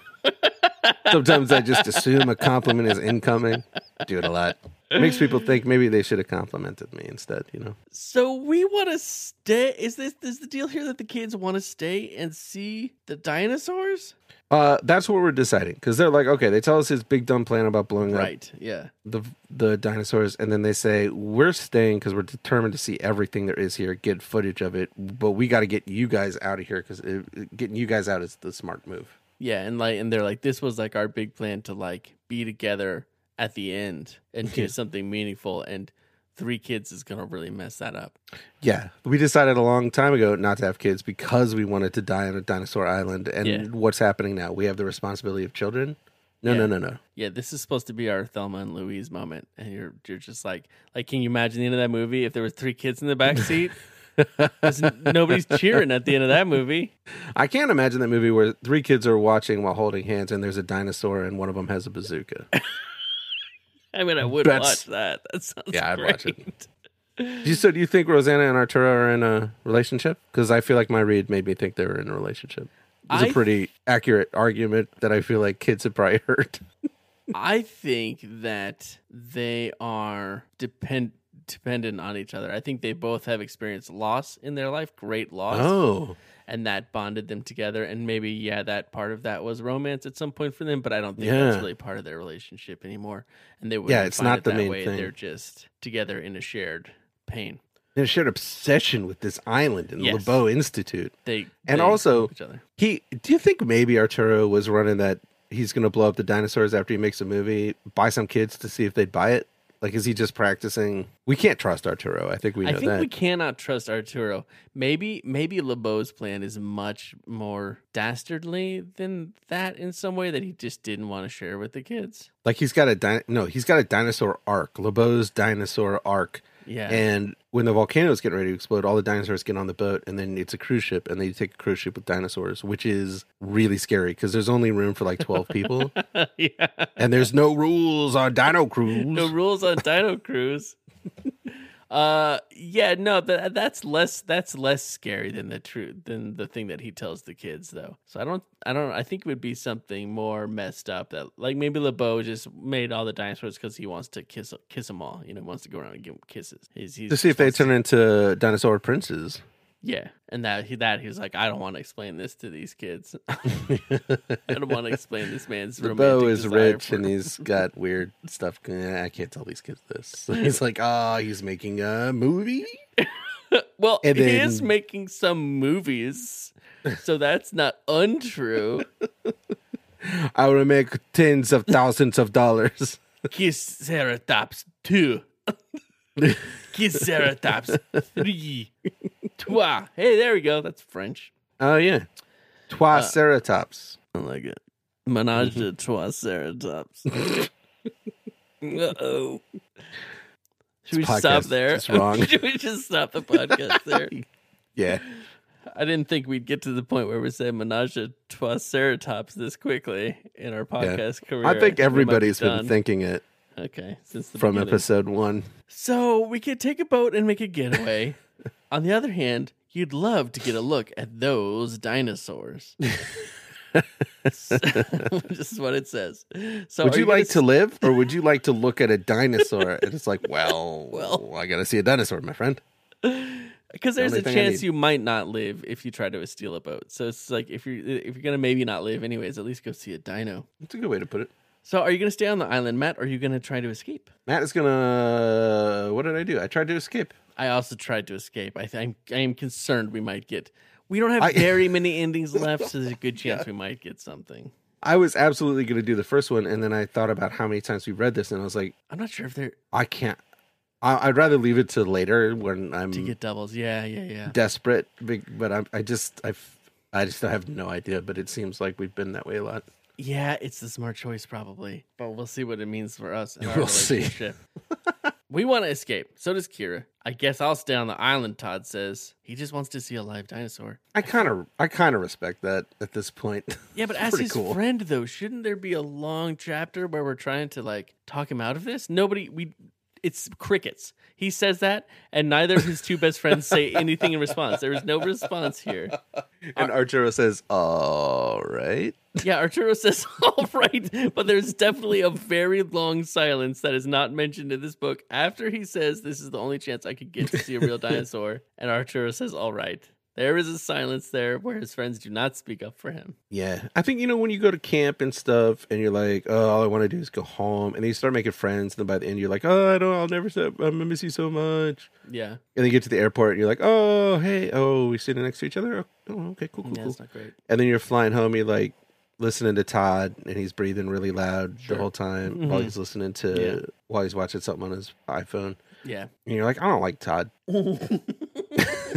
D: Sometimes I just assume a compliment is incoming. Do it a lot. Makes people think maybe they should have complimented me instead, you know?
B: So we want to stay. Is this is the deal here that the kids want to stay and see the dinosaurs?
D: Uh, that's what we're deciding because they're like, okay, they tell us his big dumb plan about blowing up
B: Right. Yeah.
D: the the dinosaurs, and then they say we're staying because we're determined to see everything there is here, get footage of it, but we got to get you guys out of here because getting you guys out is the smart move.
B: Yeah. And like, and they're like, this was like our big plan to like be together at the end and do something meaningful. And three kids is gonna really mess that up.
D: Yeah, we decided a long time ago not to have kids because we wanted to die on a dinosaur island. And
B: Yeah.
D: what's happening now? We have the responsibility of children. No,
B: Yeah.
D: no, no, no.
B: Yeah, this is supposed to be our Thelma and Louise moment, and you're you're just like, like, can you imagine the end of that movie if there was three kids in the back seat? 'Cause n- nobody's cheering at the end of that movie.
D: I can't imagine that movie where three kids are watching while holding hands, and there's a dinosaur, and one of them has a bazooka.
B: I mean, I would watch
D: That's-
B: that. That sounds
D: Yeah, I'd
B: great.
D: watch it. Do you, so, do you think Rosanna and Arturo are in a relationship? Because I feel like my read made me think they were in a relationship. It's
B: I-
D: a pretty accurate argument that I feel like kids have probably heard.
B: I think that they are depend dependent on each other. I think they both have experienced loss in their life, great loss,
D: Oh,
B: and that bonded them together. And maybe yeah, that part of that was romance at some point for them, but I don't think that's
D: Yeah.
B: really part of their relationship anymore. And they would
D: Yeah, it's not the main thing.
B: They're just together in a shared pain.
D: they shared obsession with this island and the
B: Yes.
D: LeBeau Institute.
B: They
D: And
B: they
D: also-
B: help each other.
D: He, do you think maybe Arturo was running that he's going to blow up the dinosaurs after he makes a movie, buy some kids to see if they'd buy it? Like, is he just practicing? We can't trust Arturo. I think we know
B: I think
D: that.
B: we cannot trust Arturo. Maybe maybe LeBeau's plan is much more dastardly than that in some way that he just didn't want to share with the kids.
D: Like, he's got a di- no, he's got a dinosaur arc, LeBeau's dinosaur arc.
B: Yeah.
D: And when the volcano is getting ready to explode, all the dinosaurs get on the boat, and then it's a cruise ship, and they take a cruise ship with dinosaurs, which is really scary because there's only room for like 12 people,
B: yeah.
D: and there's no rules on Dino Cruise.
B: No rules on Dino Cruise. uh yeah, no, that that's less that's less scary than the truth than the thing that he tells the kids though. So I don't I don't I think it would be something more messed up that like maybe LeBeau just made all the dinosaurs cuz he wants to kiss kiss them all, you know, wants to go around and give them kisses. He's, he's
D: to see if they
B: wants to-
D: turn into dinosaur princes.
B: Yeah, and that he that he was like, I don't want to explain this to these kids. I don't want to explain this man's.
D: The
B: romantic
D: bow is
B: desire
D: rich
B: for-
D: and he's got weird stuff. Eh, I can't tell these kids this. He's like, ah, he's making a movie.
B: well,
D: and
B: he is
D: then-
B: making some movies, so that's not untrue.
D: I will make tens of thousands of dollars.
B: Kiss Ceratops two, Kiss Ceratops three, trois. Hey, there we go. That's French.
D: Oh yeah, trois ceratops.
B: I like it.
D: Mm-hmm.
B: Menage a trois ceratops. uh oh. Should we
D: This
B: stop
D: podcast
B: there?
D: is wrong.
B: Should we just stop the podcast there?
D: Yeah,
B: I didn't think we'd get to the point where we say menage a trois ceratops this quickly in our podcast career.
D: I think
B: We might be
D: everybody's
B: done.
D: been thinking it
B: Okay, since the
D: from
B: beginning.
D: episode one.
B: So we could take a boat and make a getaway. On the other hand, you'd love to get a look at those dinosaurs. this is what it says. So
D: Would
B: Oh, are
D: you
B: gonna
D: like to
B: s-
D: live or would you like to look at a dinosaur? and it's like, well,
B: Well.
D: I got to see a dinosaur, my friend.
B: Because there's
D: only
B: a
D: thing I
B: chance
D: need.
B: you might not live if you try to steal a boat. So it's like if you are if you're gonna maybe not live anyways, at least go see a dino.
D: That's a good way to put it.
B: So are you gonna stay on the island, Matt, or are you gonna try to escape?
D: Matt is going to. What did I do? I tried to escape.
B: I also tried to escape. I th- I'm I am concerned we might get. We don't have
D: I-
B: very many endings left, so there's a good chance we might get something.
D: I was absolutely going to do the first one. And then I thought about how many times we read this and I was like,
B: I'm not sure if they're
D: I can't. I, I'd rather leave it to later when I'm
B: to get doubles. Yeah, yeah, yeah.
D: desperate. big- But I, I just, I, I just have no idea. But it seems like we've been that way a lot.
B: Yeah, it's the smart choice probably, but we'll see what it means for us. And our
D: We'll see.
B: relationship. we want to escape. So does Kira. I guess I'll stay on the island. Todd says he just wants to see a live dinosaur.
D: I kind of, I kind of respect that at this point.
B: Yeah, but
D: It's
B: as
D: pretty
B: his
D: cool.
B: friend though, shouldn't there be a long chapter where we're trying to like talk him out of this? Nobody, we, it's crickets. He says that, and neither of his two best friends say anything in response. There is no response here.
D: And Arturo says, "All right."
B: Yeah, Arturo says all right, but there's definitely a very long silence that is not mentioned in this book after he says this is the only chance I could get to see a real dinosaur, and Arturo says all right. There is a silence there where his friends do not speak up for him.
D: Yeah, I think you know when you go to camp and stuff, and you're like, "Oh, all I want to do is go home," and then you start making friends, and then by the end, you're like, "Oh, I don't, I'll never, stop, I'm gonna miss you so much."
B: Yeah.
D: And then you get to the airport, and you're like, "Oh, hey, oh, we sitting next to each other. Oh, okay, cool, cool,
B: Yeah,
D: cool."
B: it's not great.
D: And then you're flying home, you're like listening to Todd, and he's breathing really loud
B: Sure.
D: the whole time
B: Mhm.
D: while he's listening to
B: Yeah.
D: while he's watching something on his iPhone,
B: Yeah.
D: and you're like, "I don't like Todd."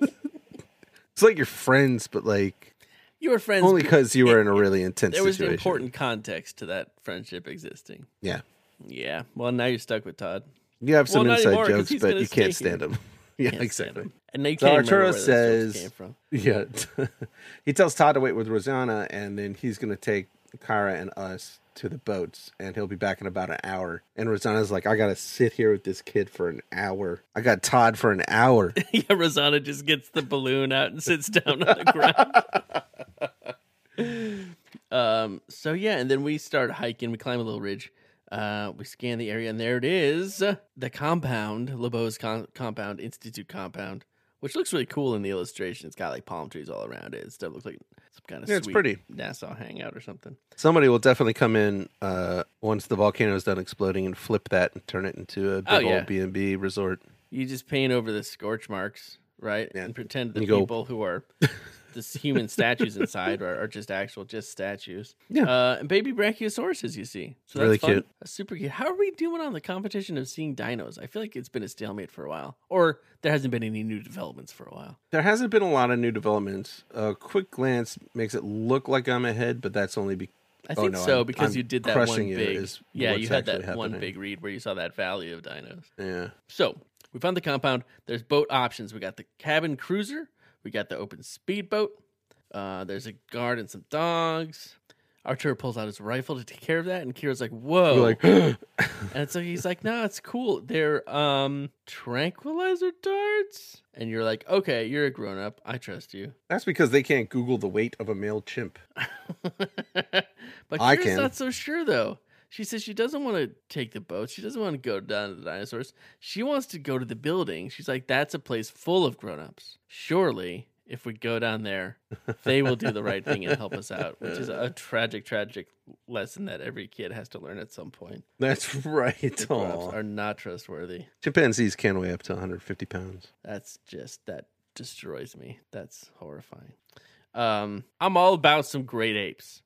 D: It's like your friends, but like
B: You were friends.
D: only
B: be-
D: because you were in a really intense
B: there was an
D: situation.
B: important context to that friendship existing.
D: Yeah,
B: Yeah. Well, now you're stuck with Todd.
D: you have
B: Well,
D: some
B: not
D: inside
B: anymore, 'cause
D: jokes,
B: he's
D: but
B: gonna
D: you can't
B: stay here.
D: stand them. yeah,
B: Can't stand
D: exactly.
B: him. And they
D: So
B: can't remember
D: Arturo
B: where those jokes
D: says-
B: came from.
D: Yeah, he tells Todd to wait with Rosanna, and then he's going to take Kara and us to the boats, and he'll be back in about an hour. And Rosanna's like, "I got to sit here with this kid for an hour. I got Todd for an hour."
B: yeah, Rosanna just gets the balloon out and sits down on the ground. um, so yeah, and then we start hiking. We climb a little ridge. Uh, we scan the area, and there it is, the compound, LeBeau's con- compound, Institute compound, which looks really cool in the illustration. It's got like palm trees all around it. It stuff looks like some kind of
D: Yeah,
B: sweet
D: it's pretty.
B: Nassau hangout or something.
D: Somebody will definitely come in uh, once the volcano is done exploding and flip that and turn it into a big
B: Oh, yeah.
D: old B and B resort.
B: You just paint over the scorch marks, right?
D: Yeah.
B: And pretend the
D: You go-
B: people who are the s- human statues inside are, are just actual, just statues.
D: Yeah.
B: Uh, and baby brachiosauruses, you see. So that's
D: Really
B: fun.
D: cute.
B: That's super cute. How are we doing on the competition of seeing dinos? I feel like it's been a stalemate for a while, or there hasn't been any new developments for a while.
D: There hasn't been a lot of new developments. A quick glance makes it look like I'm ahead, but that's only because.
B: I
D: Oh,
B: think
D: no,
B: so
D: I'm-
B: because
D: I'm
B: you did that one
D: crushing it
B: big.
D: is
B: Yeah,
D: what's
B: you had that
D: actually
B: one
D: happening.
B: big read where you saw that value of dinos.
D: Yeah.
B: So we found the compound. There's boat options. We got the cabin cruiser. We got the open speedboat. Uh, there's a guard and some dogs. Arturo pulls out his rifle to take care of that, and Kira's like, "Whoa!"
D: You're like,
B: and so he's like, "No, it's cool. They're um tranquilizer darts." And you're like, "Okay, you're a grown up. I trust you."
D: that's because they can't Google the weight of a male chimp.
B: but
D: I
B: Kira's
D: can.
B: not so sure though. She says she doesn't want to take the boat. She doesn't want to go down to the dinosaurs. She wants to go to the building. She's like, that's a place full of grown-ups. Surely, if we go down there, they will do the right thing and help us out, which is a tragic, tragic lesson that every kid has to learn at some point.
D: That's right.
B: Grown-ups
D: Aw.
B: are not trustworthy.
D: Chimpanzees can weigh up to 150 pounds.
B: That's just that destroys me. That's horrifying. Um, I'm all about some great apes.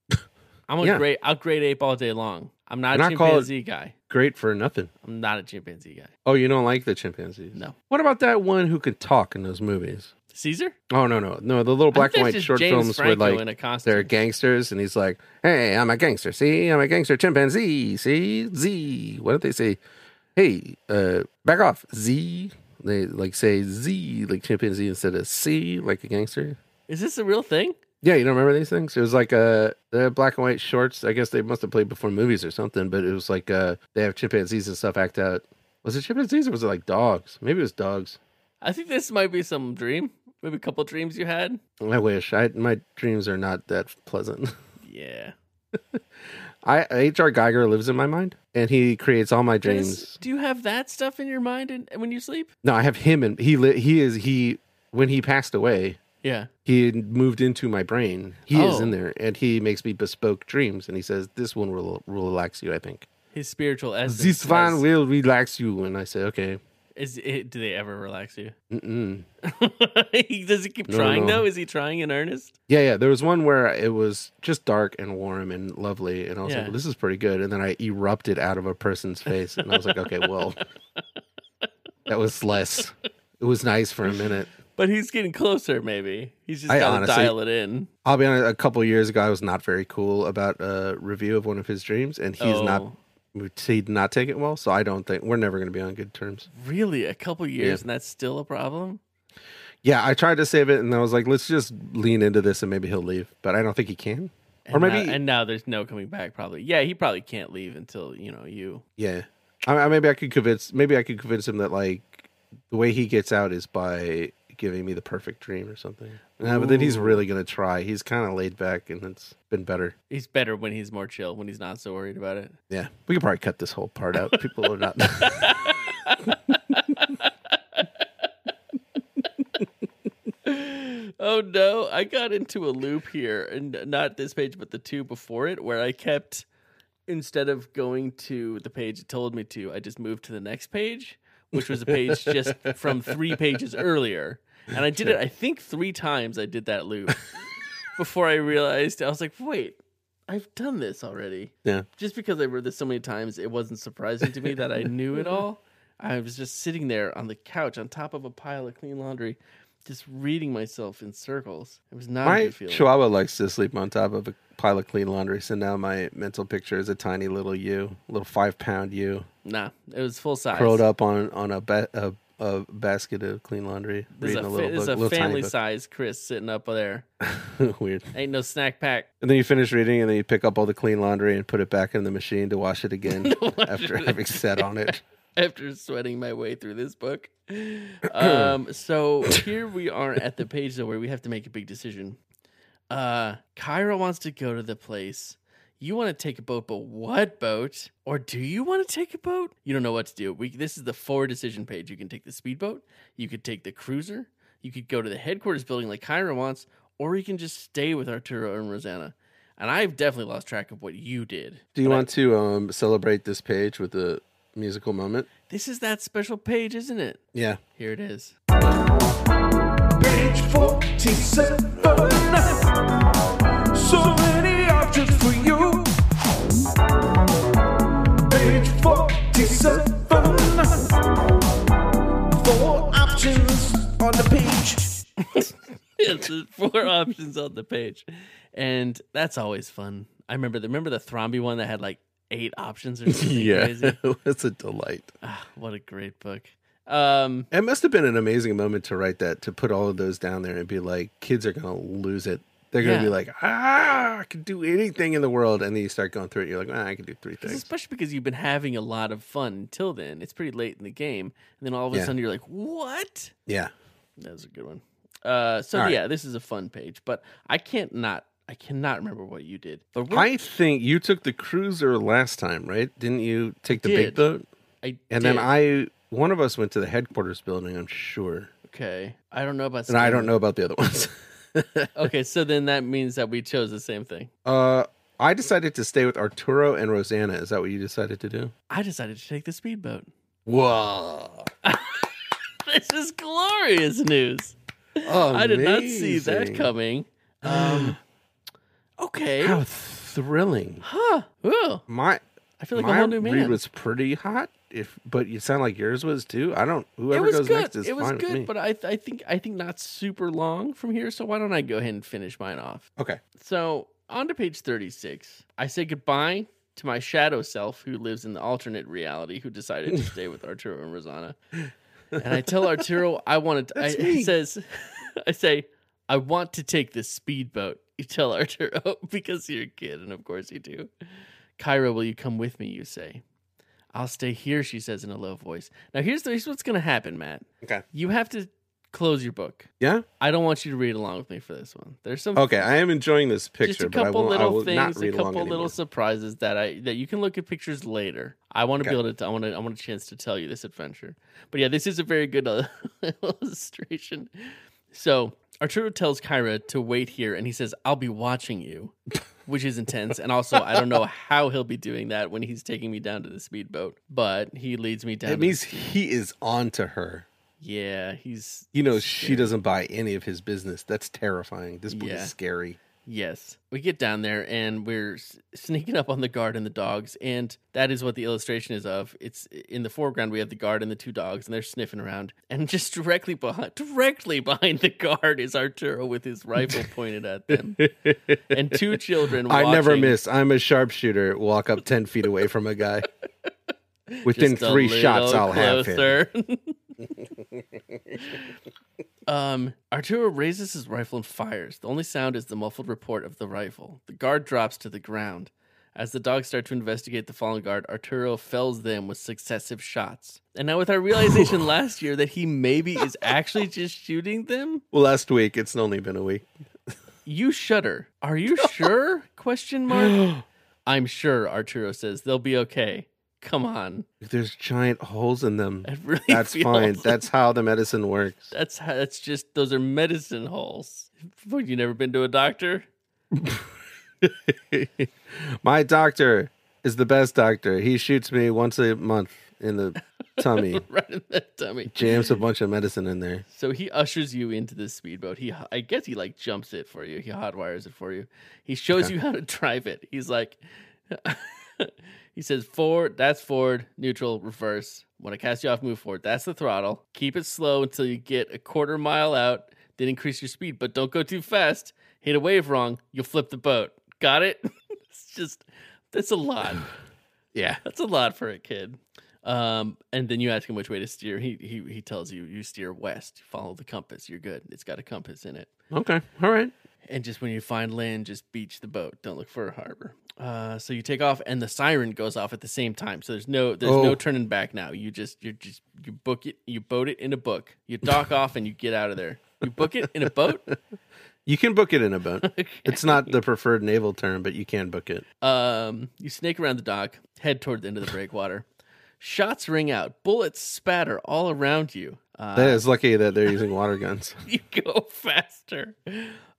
B: I'm a
D: Yeah.
B: great. I'll great ape all day long. I'm not a
D: They're not called-
B: chimpanzee guy.
D: Great for nothing.
B: I'm not a chimpanzee guy.
D: Oh, you don't like the chimpanzees?
B: No,
D: What about that one who could talk in those movies?
B: Caesar.
D: Oh, no, no. No, the little black
B: I
D: and
B: think that's
D: white
B: just
D: short
B: James
D: films
B: Franco
D: where,
B: in a
D: like,
B: costume.
D: they're gangsters, and he's like, hey, I'm a gangster. See? I'm a gangster chimpanzee. See? Z. What did they say? Hey, uh, back off. Z. They, like, say Z, like chimpanzee, instead of C, like a gangster.
B: Is this a real thing?
D: Yeah, you don't remember these things? It was like uh the black and white shorts. I guess they must have played before movies or something, but it was like uh they have chimpanzees and stuff act out. Was it chimpanzees or was it like dogs? Maybe it was dogs.
B: I think this might be some dream. Maybe a couple dreams you had?
D: I wish. I my dreams are not that pleasant.
B: Yeah.
D: I H.R. Geiger lives in my mind, and he creates all my dreams.
B: Is- do you have that stuff in your mind and when you sleep?
D: No, I have him, and he li- he is he when he passed away.
B: Yeah.
D: He had moved into my brain. He is
B: Oh.
D: in there, and he makes me bespoke dreams. And he says, "This one will, will relax you." I think
B: His spiritual essence.
D: this one
B: has-
D: will relax you. And I say, "Okay,
B: Is it, do they ever relax you?
D: Mm-mm.
B: He- Does he keep
D: No,
B: trying
D: no.
B: though? Is he trying in earnest?
D: Yeah, yeah. There was one where it was just dark and warm and lovely, and I was
B: Yeah.
D: like, well, "This is pretty good." And then I erupted out of a person's face, and I was like, "Okay, well, that was less. It was nice for a minute."
B: But he's getting closer. Maybe he's just
D: I
B: got to
D: honestly-
B: dial it in.
D: I'll be honest. A couple years ago, I was not very cool about a review of one of his dreams, and he's not.
B: Oh.
D: He did not take it well, so I don't think we're never going to be on good terms.
B: Really, a couple years and that's still a problem.
D: Yeah, I tried to save it, and I was like, "Let's just lean into this, and maybe he'll leave." But I don't think he can,
B: And
D: or maybe
B: now, and now there's no coming back. Probably. Yeah, he probably can't leave until you know you.
D: Yeah, I, I maybe I could convince maybe I could convince him that like the way he gets out is by giving me the perfect dream or something. Nah, but then he's really gonna try. He's kind of laid back, and it's been better.
B: He's better when he's more chill. When he's not so worried about it.
D: Yeah, we could probably cut this whole part out. People are not.
B: Oh no, I got into a loop here, and not this page, but the two before it, where I kept instead of going to the page it told me to, I just moved to the next page, which was a page just from three pages earlier. And I did it, I think, three times I did that loop before I realized I was like, wait, I've done this already.
D: yeah,
B: Just because I read this so many times, it wasn't surprising to me that I knew it all. I was just sitting there on the couch on top of a pile of clean laundry, just reading myself in circles. It was not a
D: my
B: good feeling.
D: Chihuahua likes to sleep on top of a pile of clean laundry. So now my mental picture is a tiny little you, little five pound you,
B: Nah, it was full size.
D: curled up on on a, ba- a a basket of clean laundry,
B: There's a,
D: reading a,
B: fa-
D: little
B: there's
D: book,
B: a
D: little tiny
B: family
D: book.
B: size Chris sitting up there.
D: Weird.
B: Ain't no snack pack.
D: And then you finish reading, and then you pick up all the clean laundry and put it back in the machine to wash it again after having sat on it.
B: after sweating my way through this book. Um, so here we are at the page though where we have to make a big decision. Uh, Kyra wants to go to the place. You want to take a boat, but what boat? Or do you want to take a boat? You don't know what to do. We this is the four decision page. You can take the speedboat. You could take the cruiser. You could go to the headquarters building like Kyra wants, or you can just stay with Arturo and Rosanna. And I've definitely lost track of what you did.
D: Do you want to um, celebrate this page with a musical moment?
B: This is that special page, isn't it?
D: Yeah.
B: Here it is.
E: Page 47. So many options for you. Page 47. Four options on the page.
B: yes, there's four options on the page, and that's always fun. I remember the remember the Thromby one that had like eight options or something crazy.
D: it was a delight.
B: Ah, what a great book. Um,
D: It must have been an amazing moment to write that, to put all of those down there and be like, kids are going to lose it. They're going to
B: Yeah.
D: be like, ah, I can do anything in the world. And then you start going through it. You're like, ah, I can do three
B: 'cause
D: things.
B: especially because you've been having a lot of fun until then. It's pretty late in the game, and then all of a
D: Yeah.
B: sudden you're like, "What?"
D: Yeah.
B: That was a good one. Uh, so
D: All right.
B: yeah, this is a fun page, but I can't not I cannot remember what you did. But we're-
D: I think you took the cruiser last time, right? Didn't you take the
B: did.
D: big boat?
B: I did.
D: And then I, one of us went to the headquarters building, I'm sure.
B: okay. I don't know about
D: And I
B: Skyrim.
D: don't know about the other ones.
B: Okay, so then that means that we chose the same thing.
D: uh, I decided to stay with Arturo and Rosanna. Is that what you decided to do?
B: I decided to take the speedboat.
D: Whoa.
B: This is glorious news. I did not see that coming. Um, okay.
D: How thrilling.
B: Huh. Ooh,
D: My
B: I feel like a
D: my
B: whole new
D: read
B: man.
D: was pretty hot, if but you sound like yours was too. I don't
B: it
D: whoever
B: was
D: goes
B: good.
D: next is
B: it was
D: fine with me.
B: good, but I, I think I think not super long from here. So why don't I go ahead and finish mine off?
D: okay.
B: So on to page thirty-six. I say goodbye to my shadow self, who lives in the alternate reality, who decided to stay with Arturo and Rosanna. And I tell Arturo I want to. I,
D: That's
B: he
D: me.
B: says, I say, I want to take this speedboat. You tell Arturo because you're a kid, and of course you do. Kyra, will you come with me? You say. I'll stay here, she says in a low voice. Now here's the, here's what's gonna happen, Matt.
D: Okay.
B: You have to close your book.
D: Yeah.
B: I don't want you to read along with me for this one. There's some
D: Okay. I am enjoying this picture,
B: just a
D: but I
B: couple
D: will, I
B: little
D: will not
B: things, a
D: read along
B: couple little
D: anymore.
B: surprises that I that you can look at pictures later. I want to
D: Okay.
B: be able to. I want to. I want a chance to tell you this adventure. But yeah, this is a very good uh, illustration. So Arturo tells Kyra to wait here, and he says, "I'll be watching you," which is intense. And also, I don't know how he'll be doing that when he's taking me down to the speedboat. But he leads me down.
D: It
B: to
D: means
B: the,
D: he is on to her.
B: yeah, he's
D: You know,
B: Yeah.
D: she doesn't buy any of his business. That's terrifying. This book
B: Yeah.
D: is scary.
B: Yes. We get down there and we're s- sneaking up on the guard and the dogs. And that is what the illustration is of. It's in the foreground, we have the guard and the two dogs, and they're sniffing around. And just directly behind, directly behind the guard is Arturo with his rifle pointed at them. and two children watching.
D: I never miss. I'm a sharpshooter. Walk up 10 feet away from a guy. Within
B: Just a
D: three shots,
B: little
D: I'll have him.
B: closer. um, Arturo raises his rifle and fires. The only sound is the muffled report of the rifle. The guard drops to the ground. As the dogs start to investigate the fallen guard, Arturo fells them with successive shots. And now, with our realization last year that he maybe is actually just shooting them,
D: Well, last week, it's only been a week.
B: you shudder. Are you sure? Question mark. I'm sure, Arturo says. They'll be okay. Come on.
D: There's giant holes in them.
B: It really
D: That's
B: feels
D: fine. That's how the medicine works.
B: That's how, that's just those are medicine holes. What, you never been to a doctor?
D: My doctor is the best doctor. He shoots me once a month in the tummy,
B: Right in that dummy.
D: jams a bunch of medicine in there.
B: So he ushers you into this speedboat. He, I guess, he like jumps it for you. He hotwires it for you. He shows you how to drive it. He's like, he says forward. That's forward. Neutral. Reverse. When I cast you off, move forward. That's the throttle. Keep it slow until you get a quarter mile out. Then increase your speed, but don't go too fast. Hit a wave wrong, you'll flip the boat. Got it? it's just that's a lot.
D: Yeah.
B: That's a lot for a kid. Um, and then you ask him which way to steer. He he he tells you you steer west. Follow the compass. You're good. It's got a compass in it.
D: Okay. All right.
B: And just when you find land, just beach the boat. Don't look for a harbor. Uh, so you take off, and the siren goes off at the same time. So there's no there's no
D: Oh.
B: turning back now. You just you just you book it. You boat it in a book. You dock off and you get out of there. You book it in a boat.
D: You can book it in a boat. It's not the preferred naval term, but you can book it.
B: Um, you snake around the dock, head toward the end of the breakwater. Shots ring out. Bullets spatter all around you. Uh,
D: That is lucky that they're using water guns.
B: you go faster.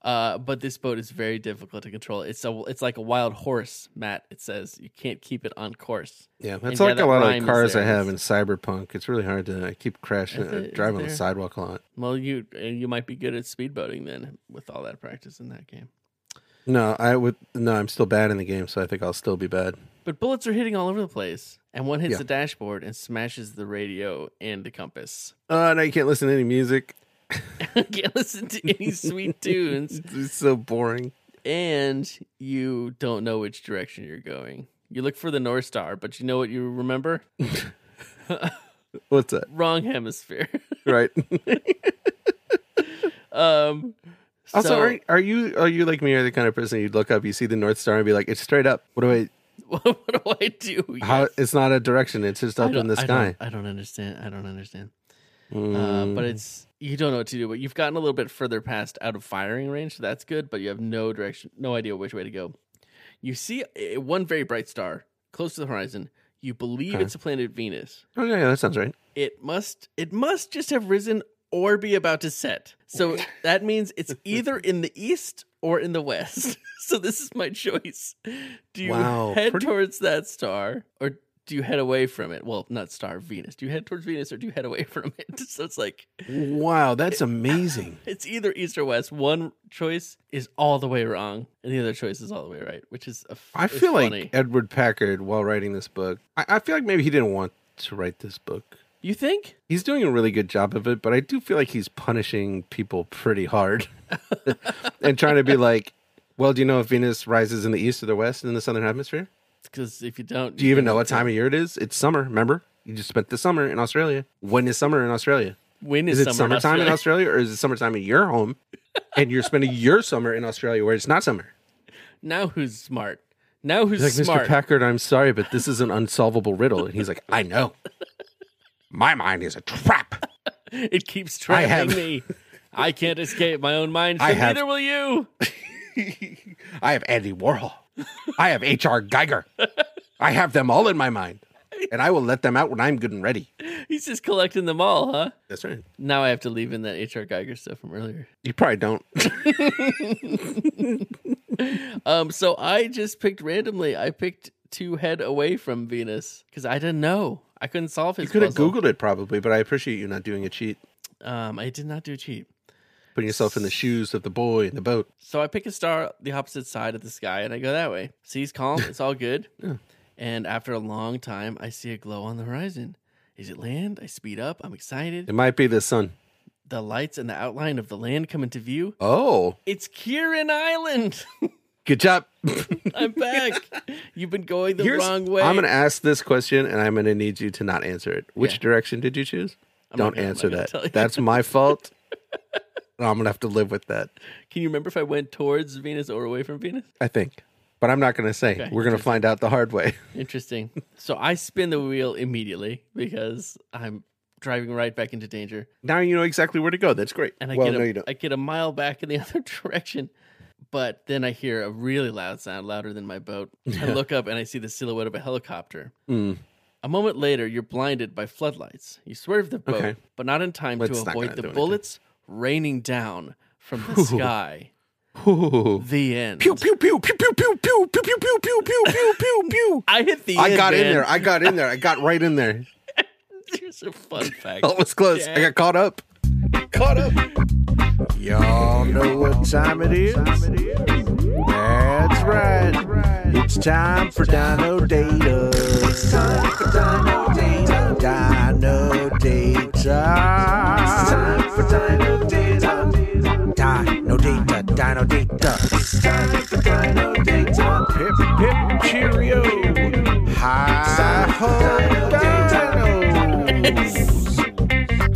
B: Uh, but this boat is very difficult to control. It's a, it's like a wild horse, Matt. It says you can't keep it on course.
D: Yeah, that's
B: yeah,
D: like
B: that
D: a lot
B: rhyme
D: of
B: is
D: the cars I
B: there.
D: have in Cyberpunk. It's really hard to I keep crashing,
B: Is
D: uh,
B: it- is
D: driving
B: it
D: on the
B: there?
D: sidewalk a lot.
B: Well, you you might be good at speedboating then with all that practice in that game.
D: No, I would. No, I'm still bad in the game, so I think I'll still be bad.
B: But bullets are hitting all over the place, and one hits
D: Yeah.
B: the dashboard and smashes the radio and the compass.
D: Oh, no, you can't listen to any music.
B: Can't listen to any sweet tunes.
D: It's so boring.
B: and you don't know which direction you're going. You look for the North Star, but you know what you remember?
D: What's that?
B: Wrong hemisphere.
D: Right.
B: um,
D: also,
B: so-
D: are, are you are you like me? Are the kind of person you'd look up, you see the North Star, and be like, "It's straight up." What do I?
B: what, what do I do?
D: How?
B: Yes.
D: It's not a direction. It's just
B: I
D: up
B: don't-
D: in the
B: I
D: sky. Mm.
B: don't- I don't understand. I don't understand. Uh, but it's you don't know what to do. But you've gotten a little bit further past out of firing range, so that's good. But you have no direction, no idea which way to go. You see eh, one very bright star close to the horizon. You believe
D: Okay.
B: it's a planet Venus.
D: Oh yeah, yeah, that sounds right.
B: it must it must just have risen or be about to set. So that means it's either in the east or in the west. So this is my choice. Do you
D: Wow,
B: head
D: pretty-
B: towards that star or do you head away from it? Well, not star, Venus. Do you head towards Venus or do you head away from it? So it's like
D: Wow, that's amazing.
B: it's either east or west. One choice is all the way wrong and the other choice is all the way right, which is a f-
D: I
B: is
D: feel like e-
B: funny.
D: Edward Packard, while writing this book, I, I feel like maybe he didn't want to write this book.
B: You think?
D: He's doing a really good job of it, but I do feel like he's punishing people pretty hard and trying to be like, well, do you know if Venus rises in the east or the west in the southern hemisphere?
B: Cuz if you don't
D: Do you even know what time of year it is? It's summer, remember? You just spent the summer in Australia. When is summer in Australia?
B: when
D: Is
B: is,
D: it summertime in
B: Australia?
D: Australia or is it summertime in your home and you're spending your summer in Australia where it's not summer?
B: Now who's smart? Now who's
D: He's like,
B: smart?
D: Mr. Packard, I'm sorry, but this is an unsolvable riddle. And he's like, I know. My mind is a trap.
B: It keeps trapping
D: have-
B: me. I can't escape my own mind.
D: I
B: so
D: have-
B: Neither will you.
D: I have Andy Warhol. I have H.R. Geiger. I have them all in my mind. And I will let them out when I'm good and ready.
B: He's just collecting them all, huh?
D: That's right.
B: Now I have to leave in that HR Geiger stuff from earlier.
D: You probably don't.
B: Um, so I just picked randomly. I picked to head away from Venus because I didn't know. I couldn't solve his.
D: You could have
B: puzzle.
D: Googled it probably, but I appreciate you not doing a cheat.
B: Um, I did not do cheap.
D: Putting yourself in the shoes of the boy in the boat.
B: So I pick a star the opposite side of the sky and I go that way. Sea's calm, it's all good. And after a long time, I see a glow on the horizon. Is it land? I speed up. I'm excited.
D: It might be the sun.
B: The lights and the outline of the land come into view.
D: Oh,
B: It's Kieran Island.
D: good job.
B: I'm back. You've been going the
D: Here's-
B: wrong way.
D: I'm going to ask this question and I'm going to need you to not answer it. Which
B: Yeah.
D: direction did you choose?
B: I'm not
D: Don't
B: gonna- I'm not
D: answer
B: gonna
D: that.
B: tell you.
D: That's my fault. No, I'm going to have to live with that,
B: Can you remember if I went towards Venus or away from Venus?
D: I think. But I'm not going to say.
B: Okay.
D: We're going to find out the hard way.
B: Interesting. so I spin the wheel immediately because I'm driving right back into danger.
D: Now you know exactly where to go. That's great.
B: and I
D: well,
B: get a,
D: no, you don't.
B: I get a mile back in the other direction. But then I hear a really loud sound, louder than my boat. I look up and I see the silhouette of a helicopter.
D: Mm.
B: A moment later, you're blinded by floodlights. You swerve the boat,
D: Okay.
B: but not in time
D: That's
B: to
D: not
B: avoid
D: gonna
B: the
D: do anything.
B: bullets raining down from the sky.
D: Ooh.
B: The end.
D: Pew pew pew pew pew pew pew pew pew pew pew pew pew pew pew.
B: I hit the
D: I
B: end,
D: got in
B: man.
D: there. I got in there. I got right in there.
B: Here's a fun fact.
D: That was close. I got caught up. Caught up.
E: Y'all know what time it is? That's right. It's time for Dino Data. It's time for Dino Data. Dino Data. It's time for Dino Data. Dino Data. Dino Data. It's time for Dino Data. Pip, pip, cheerio. Hi, ho, dinos.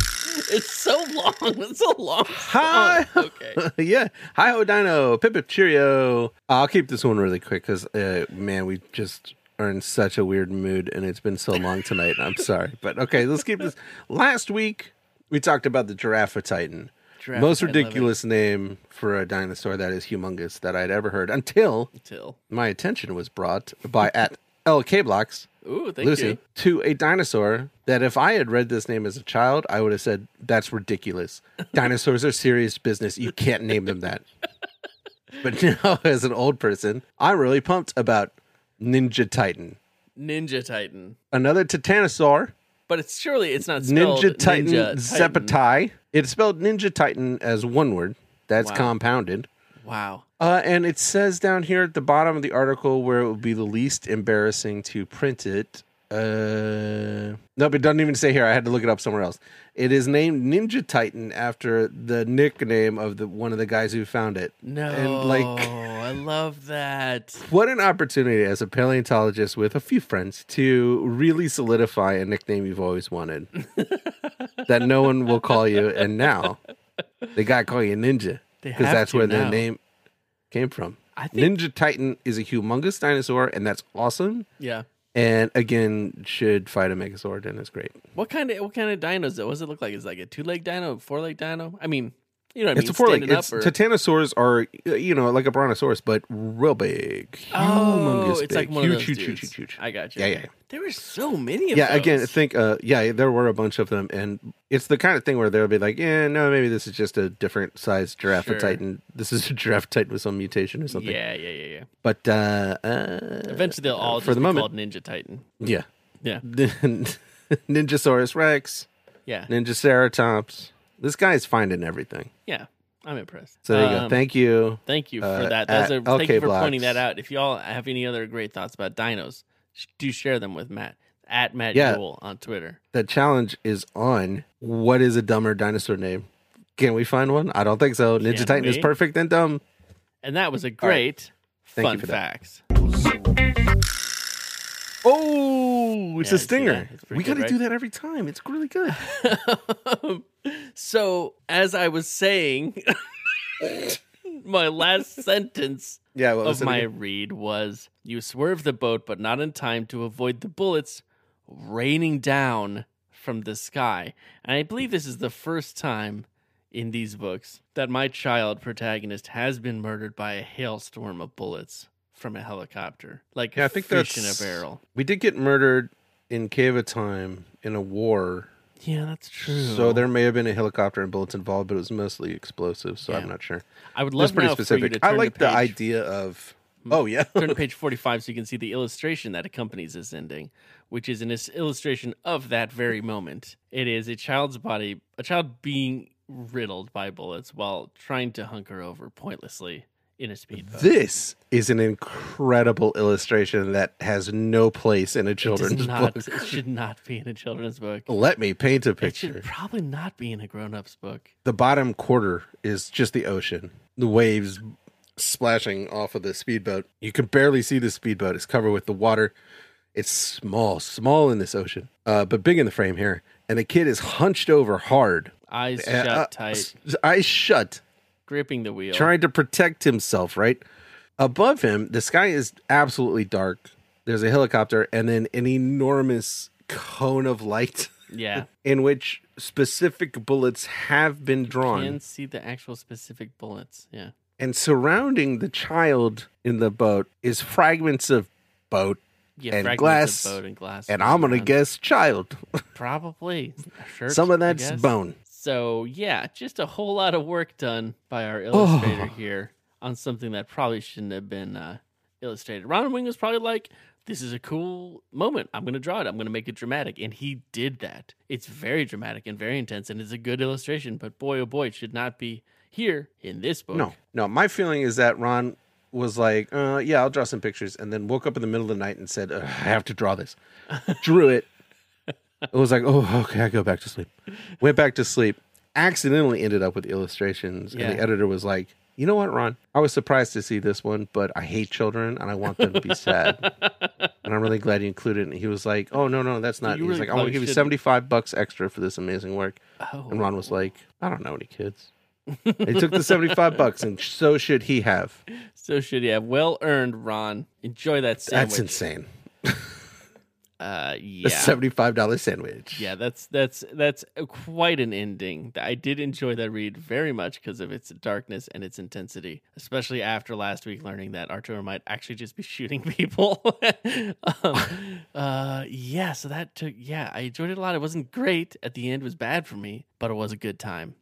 B: It's so long. It's a long.
D: Hi.
B: song. Okay.
D: yeah. Hi ho Dino. Pip pip cheerio. I'll keep this one really quick because uh, man, we just are in such a weird mood and it's been so long tonight. I'm sorry, but okay, let's keep this. Last week we talked about the giraffe titan.
B: Giraffe,
D: Most
B: I love it.
D: ridiculous name for a dinosaur that is humongous that I'd ever heard until
B: Till.
D: my attention was brought by at LK Blocks
B: Ooh, thank
D: Lucy
B: you.
D: to a dinosaur that if I had read this name as a child, I would have said, That's ridiculous. Dinosaurs are serious business. You can't name them that. But now, as an old person, I'm really pumped about Ninja Titan.
B: Ninja Titan.
D: Another Titanosaur,
B: But it's surely it's not spelled
D: Ninja Titan
B: Titan.
D: Zepatai. It's spelled Ninja Titan as one word. That's
B: Wow.
D: compounded.
B: Wow.
D: Uh, and it says down here at the bottom of the article where it would be the least embarrassing to print it. Uh, nope, it doesn't even say here. I had to look it up somewhere else. It is named Ninja Titan after the nickname of the one of the guys who found it.
B: No.
D: and like
B: I love that.
D: what an opportunity as a paleontologist with a few friends to really solidify a nickname you've always wanted that no one will call you. And now they got to call you Ninja
B: They
D: because
B: have
D: that's
B: to
D: where
B: now.
D: the name came from.
B: I think-
D: Ninja Titan is a humongous dinosaur, and that's awesome.
B: Yeah. And
D: And again, should fight a Megazord, and it's great.
B: what kind of what kind of dinos though? What does it look like? Is it like a two leg dino, four leg dino? I mean, you know what I mean?
D: it's a four leg.
B: Standing
D: It's
B: up or-
D: titanosaurs are uh, you know like a brontosaurus, but real big, humongous.
B: Oh, it's like
D: big.
B: one of
D: Huge,
B: those
D: huge,
B: dudes.
D: huge, huge, huge.
B: I got you.
D: Yeah, yeah, yeah.
B: There were so many of
D: yeah
B: those.
D: again think uh yeah there were a bunch of them and it's the kind of thing where they'll be like yeah no maybe this is just a different size giraffe
B: Sure.
D: titan this is a giraffe titan with some mutation or something
B: Yeah, yeah, yeah, yeah.
D: but uh, uh
B: Eventually they'll all
D: for
B: just
D: the
B: be
D: moment.
B: called Ninja Titan.
D: yeah
B: Yeah.
D: ninjasaurus rex
B: Yeah.
D: ninja ceratops this guy's finding everything
B: yeah. I'm impressed.
D: so there you go
B: Um,
D: thank you
B: Thank you for
D: uh,
B: that. Those
D: at
B: are, thank you
D: LK
B: for pointing
D: Blocks.
B: that out. If y'all have any other great thoughts about dinos, sh- do share them with Matt at Matt
D: Yeah.
B: Jewell on Twitter.
D: the challenge is on what is a dumber dinosaur name can we find one i don't think so ninja
B: Can
D: titan is
B: we?
D: perfect and dumb
B: And that was a great
D: Thank
B: fun
D: you for that.
B: fact.
D: Oh, it's
B: Yeah,
D: a
B: it's- yeah,
D: stinger.
B: it's pretty
D: we got
B: good,
D: to
B: right?
D: do that every time. It's really good.
B: so, as I was saying, my last sentence
D: Yeah, well,
B: of my read was You swerve the boat, but not in time to avoid the bullets raining down from the sky. And I believe this is the first time in these books that my child protagonist has been murdered by a hailstorm of bullets from a helicopter. Like
D: Yeah, I think
B: fish in
D: that's-
B: a barrel.
D: We did get murdered in cave of time in a war.
B: Yeah, that's true.
D: So there may have been a helicopter and bullets involved, but it was mostly explosives, so
B: Yeah.
D: I'm not sure.
B: I would love
D: That's pretty
B: now For you
D: specific.
B: to
D: I
B: turn to
D: like the
B: page- Mm.
D: idea of Oh yeah.
B: Turn to page 45 so you can see the illustration that accompanies this ending, which is an is- illustration of that very moment. It is a child's body, a child being riddled by bullets while trying to hunker over pointlessly in a speedboat.
D: This is an incredible illustration that has no place in a
B: Does
D: children's
B: not,
D: book.
B: it should not be in a children's book.
D: Let me paint a
B: It should
D: picture.
B: probably not be in a grown-up's book.
D: The bottom quarter is just the ocean. The waves splashing off of the speedboat. You can barely see the speedboat. It's covered with the water. It's small, small in this ocean, uh, but big in the frame here. And the kid is hunched over hard,
B: Eyes
D: uh,
B: shut
D: uh,
B: tight,
D: s- eyes shut,
B: gripping the wheel.
D: trying to protect himself, right? Above him, the sky is absolutely dark. There's a helicopter and then an enormous cone of light
B: yeah.
D: in which specific bullets have been drawn.
B: And see the actual specific bullets. Yeah.
D: And surrounding the child in the boat is fragments of boat
B: Yeah,
D: And
B: fragments of
D: glass,
B: boat and glass.
D: and I'm gonna
B: around.
D: guess child.
B: Probably. Sure.
D: Some
B: I
D: of that's
B: guess.
D: bone.
B: So, yeah, just a whole lot of work done by
D: Oh.
B: our illustrator here on something that probably shouldn't have been uh, illustrated. Ron Wing was probably like, this is a cool moment. I'm going to draw it. I'm going to make it dramatic. And he did that. It's very dramatic and very intense, and it's a good illustration. But boy, oh boy, it should not be here in this book.
D: No, no. My feeling is that Ron was like, uh, "Yeah, I'll draw some pictures," and then woke up in the middle of the night and said, "Ugh, "I have to draw this." Drew it. It was like, "Oh, okay." I go back to sleep. Went back to sleep. Accidentally ended up with illustrations, and
B: Yeah.
D: the editor was like, "You know what, Ron? I was surprised to see this one, but I hate children and I want them to be sad, and I'm really glad you included it." And he was like, "Oh no, no, that's not."
B: you
D: he was
B: really
D: like, "I want
B: probably
D: to give you
B: shouldn't."
D: 75 bucks extra for this amazing work."
B: Oh.
D: And Ron was like, I don't know any kids. They took the 75 bucks and so should he have.
B: So, should you have well earned, Ron? Enjoy that sandwich.
D: That's insane.
B: Uh,
D: A
B: yeah.
D: $75 sandwich.
B: Yeah, that's that's that's quite an ending. I did enjoy that read very much because of its darkness and its intensity, especially after last week learning that Arturo might actually just be shooting people. um, uh, yeah, so that took. Yeah, I enjoyed it a lot. It wasn't great at the end; it was bad for me, but it was a good time.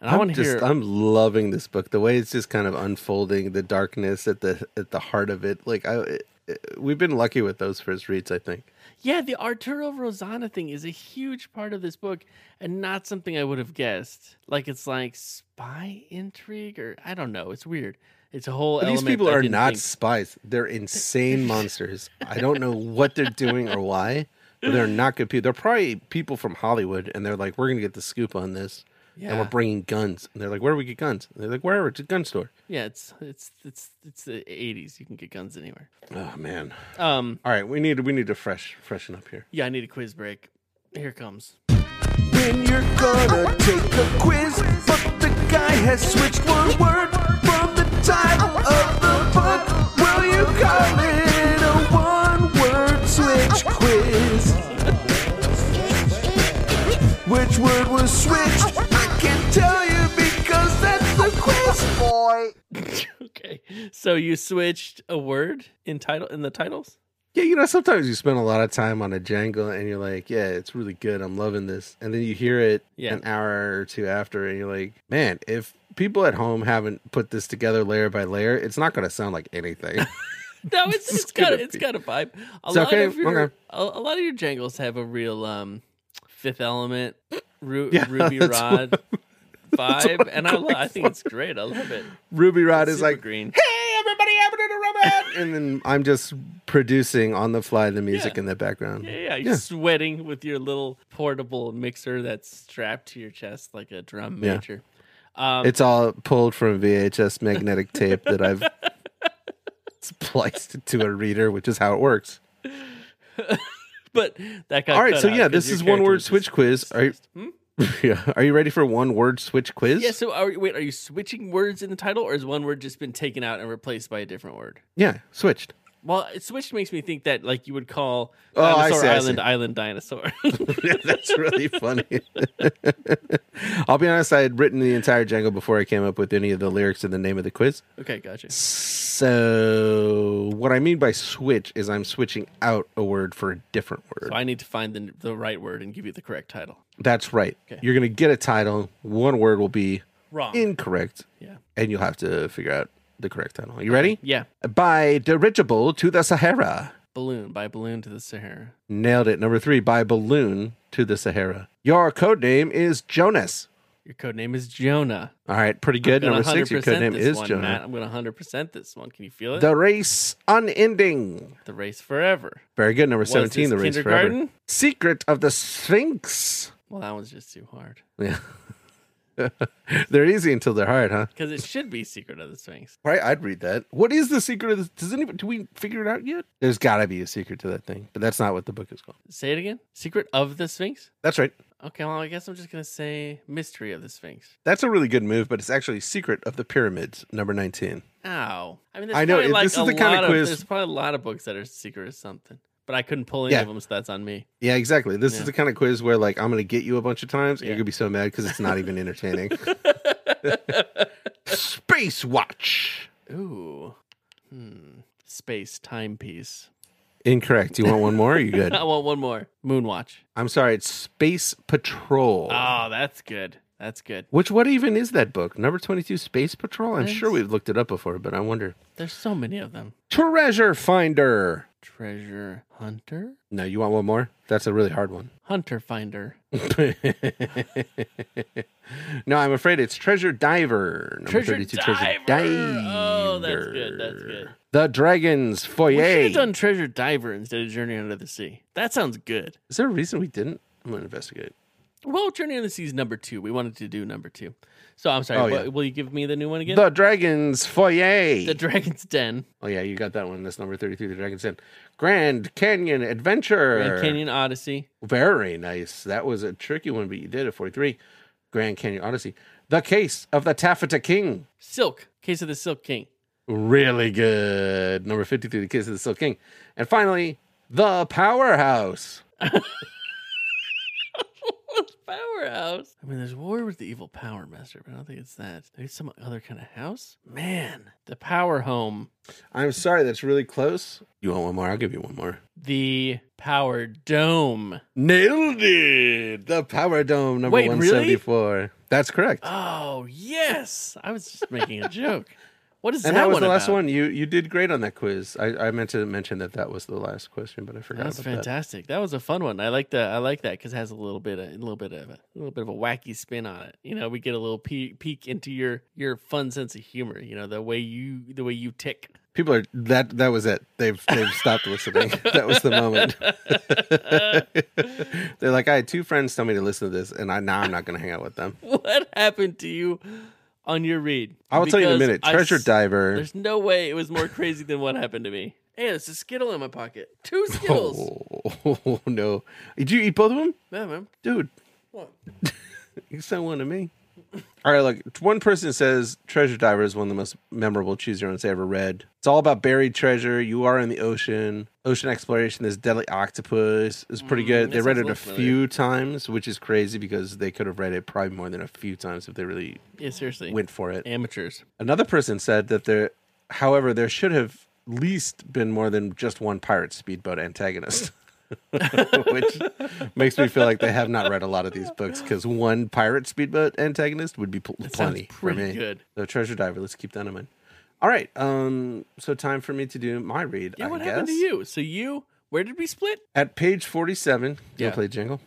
B: And I
D: I'm
B: want to
D: just
B: hear.
D: I'm loving this book. The way it's just kind of unfolding, the darkness at the at the heart of it. Like I it- it- we've been lucky with those first reads, I think.
B: Yeah, the Arturo Rosanna thing is a huge part of this book and not something I would have guessed. Like it's like spy intrigue or I don't know, it's weird. It's a whole
D: But these
B: element
D: people
B: I
D: are
B: didn't
D: not
B: think-
D: spies. They're insane monsters. I don't know what they're doing or why, but they're not good people. They're probably people from Hollywood and they're like, We're gonna get the scoop on this. And
B: Yeah.
D: we're bringing guns. And they're like, Where do we get guns? And they're like, Wherever, it's a gun store.
B: Yeah, it's it's it's it's the 80s. You can get guns anywhere.
D: Oh man.
B: Um
D: All right, we need we need to fresh freshen up here.
B: yeah, I need a quiz break. Here it comes.
E: Then you're gonna take a quiz, but the guy has switched one word from the title of the book. Will you call it a one-word switch quiz? Which word was switched? I can't tell you because that's the quiz, boy.
B: okay. So you switched a word in title in the titles?
D: Yeah, you know, sometimes you spend a lot of time on a Django and you're like, yeah, it's really good. I'm loving this. And then you hear it
B: Yeah.
D: an hour or two after and you're like, man, if people at home haven't put this together layer by layer, it's not going to sound like anything.
B: No, it's it's got
D: gonna
B: a- it's
D: be-
B: got a vibe. A
D: It's
B: lot
D: okay,
B: of your
D: okay.
B: a, a lot of your jangles have a real um Fifth Element, Ru-
D: Yeah,
B: Ruby
D: that's
B: Rod vibe, and I lo- I think it's great. I love it.
D: Ruby Rod is
B: Super
D: like,
B: green.
D: hey, everybody, I'm doing a robot. and then I'm just producing on the fly the music
B: Yeah.
D: in the background.
B: Yeah, yeah, you're sweating with your little portable mixer that's strapped to your chest like a drum
D: Yeah.
B: major.
D: It's all pulled from VHS magnetic tape that I've spliced to a reader, which is how it works.
B: But that got
D: All right,
B: cut
D: so
B: out
D: yeah,
B: 'cause
D: this
B: your
D: is one
B: character
D: word
B: was just- Hmm?
D: switch quiz. Are you, yeah, are you ready for one word switch quiz?
B: Yeah, so are, wait, are you switching words in the title, or has one word just been taken out and replaced by a different word?
D: Yeah, switched.
B: Well, switch makes me think that like you would call
D: Oh, I
B: Dinosaur
D: see, I
B: Island
D: see.
B: Island Dinosaur.
D: Yeah, that's really funny. I'll be honest, I had written the entire Django before I came up with any of the lyrics and the name of the quiz.
B: okay, gotcha.
D: So, what I mean by switch is I'm switching out a word for a different word.
B: So I need to find the the right word and give you the correct title.
D: That's right.
B: Okay.
D: You're going to get a title. One word will be
B: Wrong.
D: incorrect,
B: yeah.
D: and you'll have to figure out the correct title. You ready?
B: Yeah.
D: By dirigible to the Sahara.
B: Balloon by balloon to the Sahara.
D: Nailed it. Number three, by balloon to the Sahara. Your code name is Jonas.
B: Your code name is Jonah.
D: All right, pretty good.
B: I'm gonna
D: Number six, your code
B: 100%
D: name
B: this
D: is
B: one,
D: Jonah.
B: Matt. I'm gonna hundred percent this one. Can you feel it? The,
D: The race unending.
B: race forever.
D: Very good. Number
B: is
D: 17,
B: this,
D: the race forever.
B: kindergarten?
D: Secret of the Sphinx.
B: Well, that one's just too hard.
D: Yeah. they're easy until they're hard, huh?
B: Because it should be Secret of the Sphinx.
D: Right, I'd read that. What is the secret of this? Does anybody do we figure it out yet? There's got to be a secret to that thing, but that's not what the book is called.
B: Say it again. Secret of the Sphinx?
D: That's right.
B: Okay, well, I guess I'm just gonna say Mystery of the Sphinx.
D: That's a really good move, but it's actually Secret of the Pyramids, number 19.
B: Ow. I mean, there's
D: I know,
B: probably
D: it-
B: like
D: this is
B: a
D: the kinda
B: lot of,
D: quiz-
B: there's probably a lot of books that are secret or something, but I couldn't pull any
D: Yeah.
B: of them, so that's on me.
D: Yeah, exactly. This
B: Yeah.
D: is the kind of quiz where like I'm going to get you a bunch of times and
B: Yeah.
D: you're going to be so mad cuz it's not even entertaining. Space Watch.
B: Ooh. Hmm. Space timepiece.
D: Incorrect. You want one more? Or you good?
B: I want one more. Moonwatch.
D: I'm sorry, it's Space Patrol.
B: Oh, that's good. That's good.
D: Which what even is that book? Number 22 Space Patrol? I'm sure
B: Yes.
D: we've looked it up before, but I wonder.
B: There's so many of them.
D: Treasure Finder.
B: Treasure hunter?
D: No, you want one more? That's a really hard one.
B: Hunter finder.
D: no, I'm afraid it's Treasure Diver. Number
B: Treasure
D: 32 Treasure
B: Diver.
D: Diver.
B: Oh, that's good, that's good.
D: The Dragon's
B: We should
D: Foyer.
B: have done treasure diver instead of journey under the sea. That sounds good.
D: Is there a reason we didn't? I'm going to investigate.
B: Well, Journey of the Sea is number two. We wanted to do number two. So I'm sorry.
D: Oh,
B: wha-
D: yeah.
B: Will you give me the new one again?
D: The Dragon's Foyer.
B: The Dragon's Den,
D: oh, yeah, you got that one. That's number 33, The Dragon's Den. Grand Canyon Adventure.
B: Grand Canyon Odyssey,
D: Very nice. That was a tricky one, but you did it. 43. Grand Canyon Odyssey. The Case of the Taffeta King.
B: Silk, Case of the Silk King.
D: Really good. Number 53, The Case of the Silk King. And finally, The Powerhouse.
B: Powerhouse. I mean, there's war with the evil power master, but I don't think it's that. Maybe it's some other kind of house. Man, the power home,
D: I'm sorry, that's really close. You want one more? I'll give you one more.
B: the power dome.
D: Nailed it. The Power Dome, number
B: Wait, really?
D: 174. That's correct.
B: Oh yes, I was just making a joke. What is
D: and
B: that,
D: that was
B: one
D: the last
B: about?
D: one. You you did great on that quiz. I, I meant to mention that that was the last question, but I forgot
B: That was
D: about
B: fantastic. That. was a fun one. I like the I like that because it has a little bit of a little bit of a, little bit of a wacky spin on it. You know, we get a little peek, peek into your your fun sense of humor. You know, the way you the way you tick.
D: that. People are that that was it. They've they've stopped listening. That was the moment. They're like, I had two friends tell me to listen to this, and I now I'm not going to hang out with them.
B: What happened to you on your read?
D: I will tell you in a
B: Because
D: minute.
B: I
D: Treasure
B: s-
D: Diver.
B: There's no way it was more crazy than what happened to me. Hey, there's a skittle in my pocket. Two skittles.
D: Oh no! Did you eat both of them?
B: Yeah, man.
D: dude.
B: What?
D: you sent one to me. All right, look. One person says Treasure Diver is one of the most memorable choose your own I ever read. It's all about buried treasure. You are in the ocean, ocean exploration. This deadly octopus is pretty good.
B: Mm, that
D: They read
B: sounds
D: it a
B: less familiar.
D: few times, which is crazy because they could have read it probably more than a few times if they really
B: Yeah, seriously.
D: went for it.
B: Amateurs.
D: Another person said that there, however, there should have at least been more than just one pirate speedboat antagonist, which makes me feel like they have not read a lot of these books because one pirate speedboat antagonist would be pl-
B: sounds
D: plenty for
B: pretty
D: me.
B: good.
D: So treasure diver, let's keep that in mind. All right, um, so time for me to do my read.
B: Yeah,
D: I
B: what
D: guess.
B: happened to you? So you, where did we split?
D: At page forty-seven, yeah.
B: Yeah.
D: you play jingle.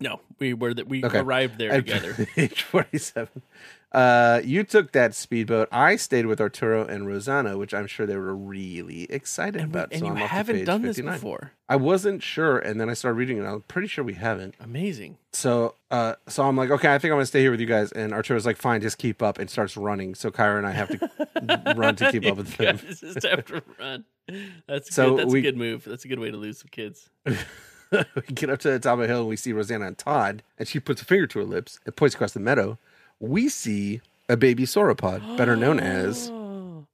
B: No, we were that we
D: Okay.
B: arrived there
D: At
B: together.
D: Page 47. Uh, you took that speedboat. I stayed with Arturo and Rosanna, which I'm sure they were really excited about.
B: and
D: so
B: you
D: I'm up to
B: haven't
D: page
B: done this
D: 59.
B: before.
D: I wasn't sure, and then I started reading it. I'm pretty sure we haven't.
B: Amazing.
D: So, uh, so I'm like, okay, I think I'm gonna stay here with you guys. And Arturo's like, fine, just keep up, and starts running. So Kyra and I have to run to keep up with
B: Yeah,
D: them.
B: this is tough to run. That's
D: So
B: good. That's
D: we-
B: a good move. That's a good way to lose some kids.
D: we get up to the top of the hill and we see Rosanna and Todd, and she puts a finger to her lips and points across the meadow. We see a baby sauropod, better known as
B: Oh,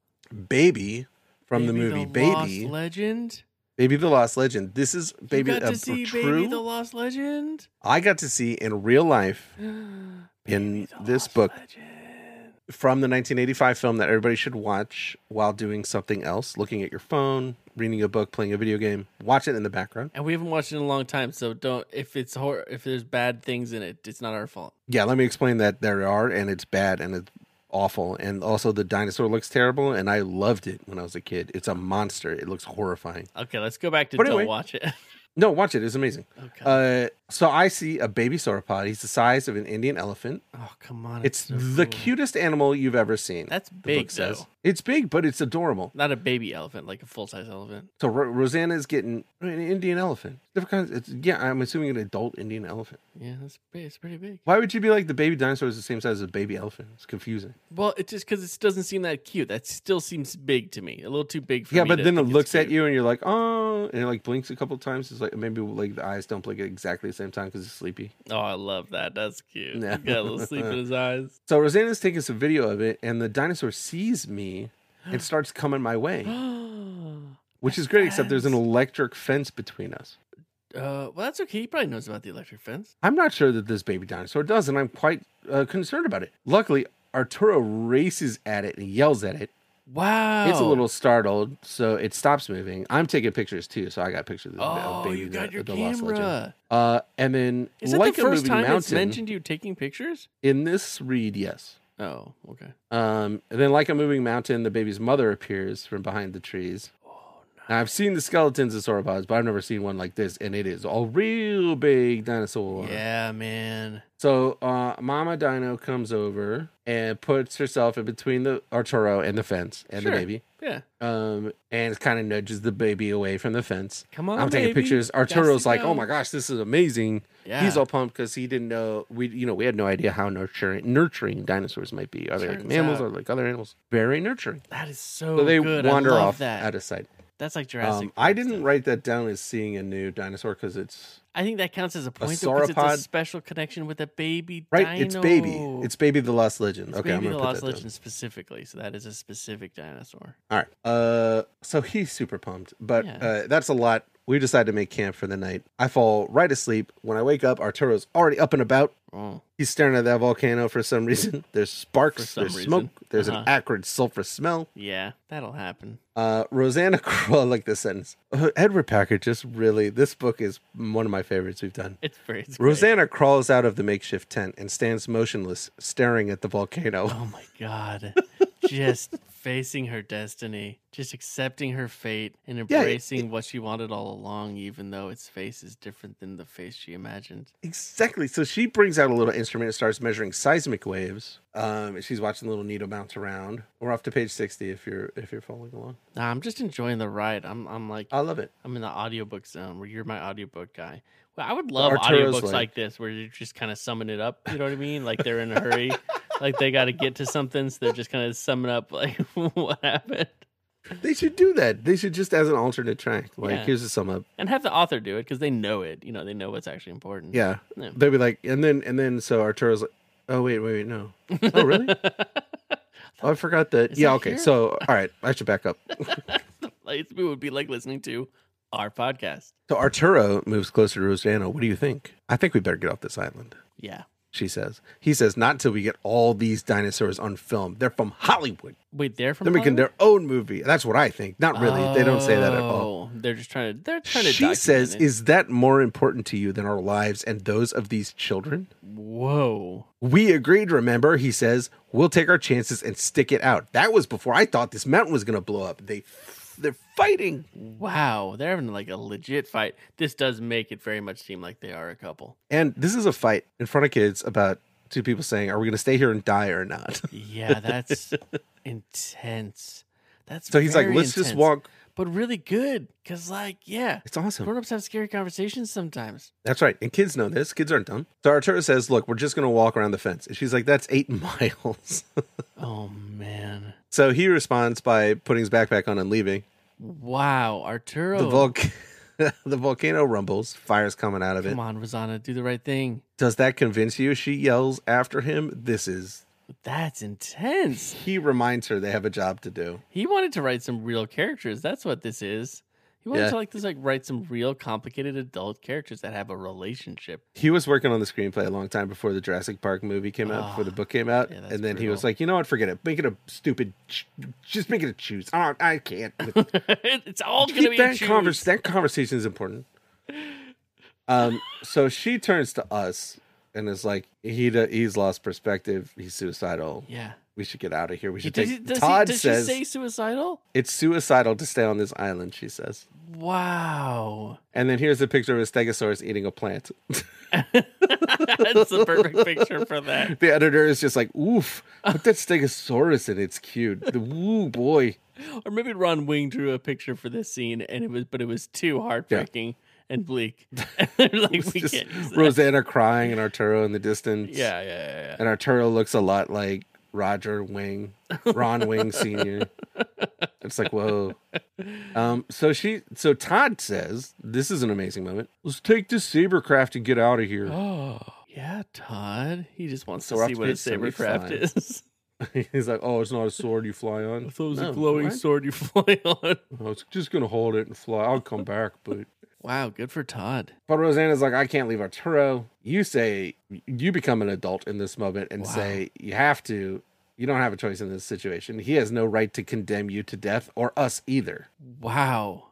D: baby from the movie Baby,
B: Lost Legend.
D: Baby the Lost Legend. This is Baby
B: you got
D: a
B: to see
D: true.
B: Baby the Lost Legend.
D: I got to see in real life in
B: The
D: this
B: Lost
D: book
B: Legend.
D: from the 1985 film that everybody should watch while doing something else, looking at your phone, reading a book, playing a video game. Watch it in the background.
B: And we haven't watched it in a long time, so don't. If it's hor- if there's bad things in it, it's not our fault.
D: Yeah, let me explain that there are, and it's bad and it's awful. And also, the dinosaur looks terrible, and I loved it when I was a kid. It's a monster. It looks horrifying.
B: Okay, let's go back to
D: But
B: don't
D: anyway.
B: watch it.
D: No, watch it. It's amazing.
B: oh, God.
D: Uh, so I see a baby sauropod. He's the size of an Indian elephant.
B: oh come on!
D: It's
B: so
D: the
B: cool.
D: cutest animal you've ever seen.
B: That's
D: the book
B: big though.
D: It's big, but it's adorable.
B: Not a baby elephant, like a full size elephant.
D: So Ro- Rosanna's getting an Indian elephant. Different kinds. It's, yeah, I'm assuming an adult Indian elephant.
B: Yeah, that's pretty, it's pretty big.
D: Why would you be like the baby dinosaur is the same size as a baby elephant? It's confusing.
B: Well, it's just because it doesn't seem that cute. That still seems big to me. A little too big for
D: yeah,
B: me.
D: but
B: to
D: then it
B: think it's
D: looks at
B: cute.
D: you and you're like, oh, and it like blinks a couple times. It's like maybe like the eyes don't blink at exactly the same time because it's sleepy.
B: Oh, I love that. That's cute.
D: Yeah.
B: He's got a little sleep in his eyes.
D: So Rosanna's taking some video of it, and the dinosaur sees me and starts coming my way,
B: uh,
D: which is great. Except there's an electric fence between us.
B: well, that's okay. He probably knows about the electric fence.
D: I'm not sure that this baby dinosaur does, and I'm quite uh, concerned about it. Luckily, Arturo races at it and yells at it.
B: Wow.
D: It's a little startled, so it stops moving. I'm taking pictures too, so I got pictures of the-
B: Oh,
D: of uh, baby
B: you got
D: the,
B: your
D: the Lost Legend.
B: camera.
D: Uh, and then,
B: Is that
D: like
B: the
D: a
B: first time
D: moving
B: it's
D: mountain,
B: mentioned you taking pictures?
D: in this read, yes.
B: Oh, okay.
D: Um, and then, like a moving mountain, the baby's mother appears from behind the trees.
B: Oh,
D: Now, I've seen the skeletons of sauropods, but I've never seen one like this, and it is a real big dinosaur.
B: Yeah, man.
D: So uh, Mama Dino comes over and puts herself in between the Arturo and the fence and the
B: Sure.
D: baby.
B: Yeah.
D: Um, and kind of nudges the baby away from the fence.
B: Come on.
D: I'm taking
B: baby. Gots
D: pictures.
B: to
D: Arturo's like,
B: go."
D: "Oh my gosh, this is amazing."
B: Yeah.
D: He's all pumped because he didn't know we, you know, we had no idea how nurturing nurturing dinosaurs might be. Are they like
B: Turns
D: mammals
B: out-
D: or like other animals? Very nurturing.
B: That is so,
D: So they
B: good.
D: wander
B: I love
D: off
B: that.
D: out of sight.
B: That's like Jurassic.
D: Um, I
B: Park
D: didn't
B: stuff.
D: write that down as seeing a new dinosaur because it's
B: I think that counts as a point though, 'cause
D: sauropod-
B: it's a special connection with a baby
D: right.
B: dino.
D: It's baby. It's baby the Lost Legend.
B: It's
D: okay, I'm
B: baby
D: gonna
B: the
D: put
B: Lost
D: that down.
B: Legend specifically, so that is a specific dinosaur.
D: All right. Uh, so he's super pumped, but
B: Yeah.
D: uh, that's a lot. We decide to make camp for the night. I fall right asleep. When I wake up, Arturo's already up and about.
B: Oh,
D: He's staring at that volcano for some reason. There's sparks.
B: For some
D: there's
B: reason.
D: smoke. There's
B: Uh-huh.
D: an acrid sulfur smell.
B: yeah, that'll happen.
D: Uh, Rosanna, I like this sentence. Uh, Edward Packard just really. This book is one of my favorites we've done.
B: It's very it's great.
D: Rosanna crawls out of the makeshift tent and stands motionless, staring at the volcano.
B: Oh my god, just facing her destiny, just accepting her fate, and
D: it-
B: embracing what she wanted all along, even though its face is different than the face she imagined.
D: Exactly. So she brings out a little instrument and starts measuring seismic waves. Um, she's watching the little needle bounce around. We're off to page sixty if you're if you're following along.
B: Nah, I'm just enjoying the ride. I'm I'm like
D: I love it.
B: I'm in the audiobook zone where you're my audiobook guy. Well, I would love
D: Arturo's
B: audiobooks
D: like-
B: like, this where you're just kind of summing it up. You know what I mean? Like they're in a hurry, like they got to get to something, so they're just kind of summing up like what happened,
D: They should do that. They should just as an alternate track. Like
B: Yeah.
D: here's a sum up.
B: and have the author do it because they know it. You know, they know what's actually important.
D: Yeah.
B: Yeah.
D: They'd be like, and then and then so Arturo's like, oh wait wait wait no. Oh really? oh I forgot that.
B: Is
D: yeah
B: that
D: okay.
B: here?
D: So all right, I should back up.
B: like, it would be like listening to our podcast.
D: So Arturo moves closer to Rosanna. What do you think? I think we better get off this island.
B: Yeah,
D: She says. He says, not until we get all these dinosaurs on film. They're from Hollywood.
B: wait, they're from
D: They're making
B: Hollywood?
D: their own movie. That's what I think. Not really. They don't say that at all.
B: Oh, They're just trying to. They're trying to.
D: She
B: document
D: says,
B: it.
D: "Is that more important to you than our lives and those of these children?"
B: whoa."
D: We agreed. Remember, he says, "We'll take our chances and stick it out." That was before I thought this mountain was going to blow up. They, they're fighting,
B: Wow, they're having like a legit fight. This does make it very much seem like they are a couple.
D: and this is a fight in front of kids about two people saying, "Are we going to stay here and die or not?"
B: Yeah, that's intense. That's
D: So he's like,
B: very
D: "Let's just
B: intense,
D: walk."
B: but really good because, like, yeah,
D: It's awesome.
B: grown ups have scary conversations sometimes.
D: That's right. And kids know this. Kids aren't dumb. So Arturo says, Look, we're just going to walk around the fence. And she's like, That's eight miles.
B: Oh man,
D: so he responds by putting his backpack on and leaving.
B: wow, Arturo,
D: The, volc- the volcano rumbles, fire's coming out of it.
B: come on, Rosanna, do the right thing.
D: Does that convince you? She yells after him, This is
B: That's intense.
D: He reminds her they have a job to do.
B: He wanted to write some real characters. That's what this is. He wanted
D: Yeah.
B: to like this like write some real complicated adult characters that have a relationship.
D: He was working on the screenplay a long time before the Jurassic Park movie came out, before the book came out,
B: yeah, that's
D: and then he was
B: brutal.
D: like, "You know what? Forget it. Make it a stupid. Ch- just make it a choose. I don't. I can't.
B: it's all gonna
D: Keep
B: be
D: that
B: that
D: convers- That conversation is important. Um. So she turns to us and is like, "He d- he's lost perspective. He's suicidal.
B: Yeah.
D: We should get out of here. We should
B: Does, he,
D: take."
B: does,
D: Todd
B: he, does
D: says,
B: she say suicidal?
D: "It's suicidal to stay on this island." She says.
B: Wow.
D: And then here's a picture of a stegosaurus eating a plant.
B: That's the perfect picture for that.
D: the editor is just like, oof, put that stegosaurus in. It's cute. The- Ooh, boy.
B: Or maybe Ron Wing drew a picture for this scene and it was but it was too heartbreaking and bleak. They're like we
D: Just
B: can't use that."
D: Rosanna crying and Arturo in the distance.
B: Yeah, yeah, yeah, yeah.
D: And Arturo looks a lot like Roger Wing, Ron Wing Sr. It's like, whoa. Um, so she so Todd says, This is an amazing moment. Let's take this sabercraft and get out of here.
B: Oh. Yeah, Todd. He just wants
D: So we're
B: to
D: up
B: see
D: to
B: what a
D: page
B: sabercraft
D: 75.
B: is.
D: He's like, Oh, it's not a sword you fly on.
B: So it was
D: No,
B: a glowing
D: what?
B: sword you fly on.
D: I was just gonna hold it and fly. I'll come back, but
B: Wow, good for Todd.
D: But Rosanna's like, I can't leave Arturo. You say you become an adult in this moment and
B: Wow.
D: say you have to. You don't have a choice in this situation. He has no right to condemn you to death or us either.
B: Wow.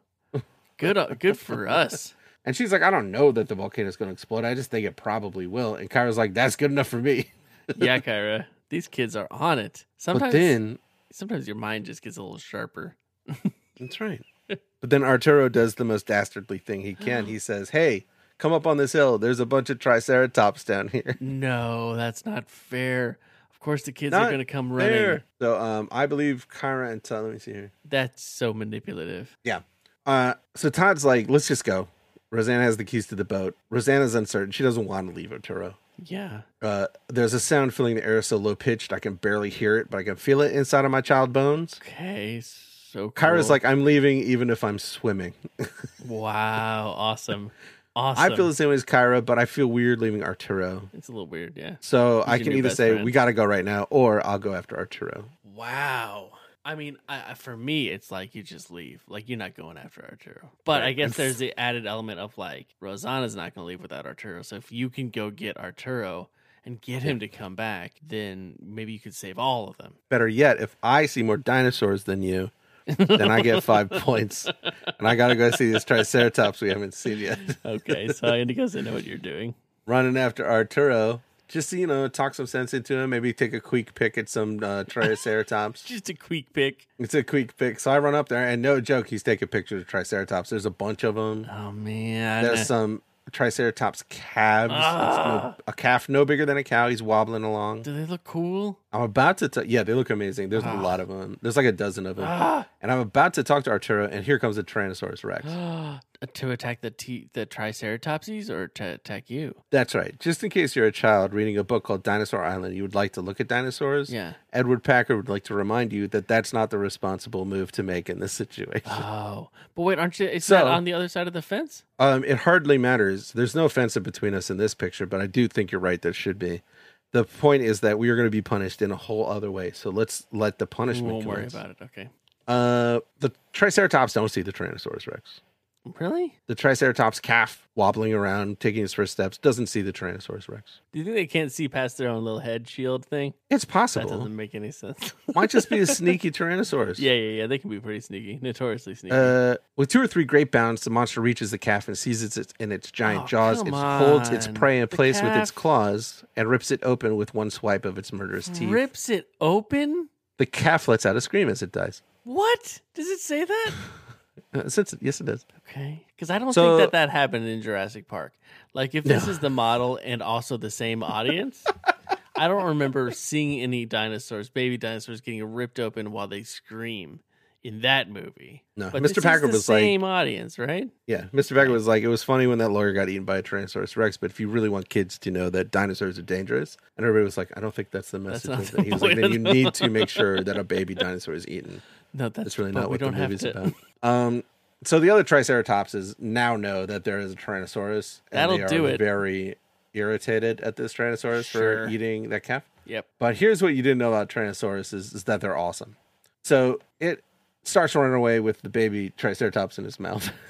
B: Good uh, good for us.
D: And she's like, I don't know that the volcano is going to explode. I just think it probably will. And Kyra's like, that's good enough for me.
B: Yeah, Kyra. These kids are on it. Sometimes
D: But then,
B: sometimes your mind just gets a little sharper.
D: that's right. But then Arturo does the most dastardly thing he can. He says, Hey, come up on this hill. There's a bunch of triceratops down here.
B: No, that's not fair. Of course the kids are
D: Not
B: going to come running.
D: There. So um, I believe Kyra and Todd, let me see here.
B: That's so manipulative.
D: Yeah. Uh, so Todd's like, let's just go. Rosanna has the keys to the boat. Rosanna's uncertain. She doesn't want to leave Arturo.
B: Yeah.
D: Uh, there's a sound filling the air so low pitched I can barely hear it, but I can feel it inside of my child bones.
B: Okay. So cool.
D: Kyra's like, I'm leaving even if I'm swimming.
B: wow, awesome. Awesome.
D: I feel the same way as Kyra, but I feel weird leaving Arturo.
B: it's a little weird, yeah.
D: So I
B: your
D: can
B: new
D: either
B: best
D: say,
B: friend.
D: we got to go right now, or I'll go after Arturo.
B: Wow. I mean, I, I- for me, it's like you just leave. Like you're not going after Arturo. But I guess there's the added element of like Rosanna's not going to leave without Arturo. So if you can go get Arturo and get him to come back, then maybe you could save all of them.
D: Better yet, if I see more dinosaurs than you, then I get five points. And I got to go see these Triceratops we haven't seen yet.
B: Okay, so I guess I know what you're doing.
D: running after Arturo. Just you know, talk some sense into him. Maybe take a quick pick at some uh, Triceratops.
B: Just a quick pick.
D: it's a quick pick. So I run up there, and no joke, he's taking pictures of Triceratops. There's a bunch of them.
B: Oh man,
D: There's some Triceratops calves. It's no- a calf no bigger than a cow. He's wobbling along.
B: do they look cool?
D: I'm about to. T- yeah, they look amazing. There's a lot of them. There's like a dozen of them. And I'm about to talk to Arturo, and here comes a Tyrannosaurus Rex.
B: to attack the t- the Triceratopses or to attack you?
D: That's right. Just in case you're a child reading a book called Dinosaur Island, you would like to look at dinosaurs.
B: Yeah.
D: Edward Packard would like to remind you that that's not the responsible move to make in this situation.
B: Oh, but wait, aren't you? It's
D: So-
B: not on the other side of the fence.
D: Um, it hardly matters. There's no offensive between us in this picture, but I do think you're right. There should be. The point is that we are going to be punished in a whole other way. So let's let the
B: We
D: punishment.
B: won't worry
D: commence.
B: about it. Okay.
D: Uh, the Triceratops don't see the Tyrannosaurus Rex.
B: Really?
D: The Triceratops calf wobbling around, taking his first steps, doesn't see the Tyrannosaurus Rex.
B: Do you think they can't see past their own little head shield thing?
D: It's
B: That
D: possible.
B: doesn't make any sense.
D: Might just be a sneaky Tyrannosaurus.
B: yeah, yeah, yeah. They can be pretty sneaky, notoriously sneaky.
D: Uh, with two or three great bounds, the monster reaches the calf and seizes it in its giant
B: Oh,
D: jaws.
B: come
D: It holds its
B: on.
D: prey in
B: The
D: place with its
B: calf.
D: claws and rips it open with one swipe of its murderous teeth.
B: Rips it open.
D: The calf lets out a scream as it dies.
B: What does it say that?
D: Uh, since yes, it does.
B: Okay, because I don't
D: So-
B: think that that happened in Jurassic Park. Like, if this is the model and also the same audience, I don't remember seeing any dinosaurs, baby dinosaurs, getting ripped open while they scream in that movie.
D: No,
B: but
D: Mr.
B: this is
D: Packard
B: the
D: was like-
B: same audience, right?
D: Yeah, Mr. Becker was like, it was funny when that lawyer got eaten by a Tyrannosaurus Rex, but if you really want kids to know that dinosaurs are dangerous, and everybody was like, I don't think that's the message.
B: not
D: of
B: the
D: that. He was like,
B: point
D: then
B: of
D: you
B: the
D: need to make sure that a baby dinosaur is eaten.
B: No, that's,
D: That's really
B: but
D: not
B: we
D: what the
B: don't have
D: movie's
B: to-
D: about. Um, so the other Triceratopses now know that there is a Tyrannosaurus, and
B: That'll
D: they are
B: do it.
D: very irritated at this Tyrannosaurus
B: Sure.
D: for eating that calf.
B: Yep.
D: But here's what you didn't know about Tyrannosaurus is, is that they're awesome. So it starts running away with the baby Triceratops in its mouth.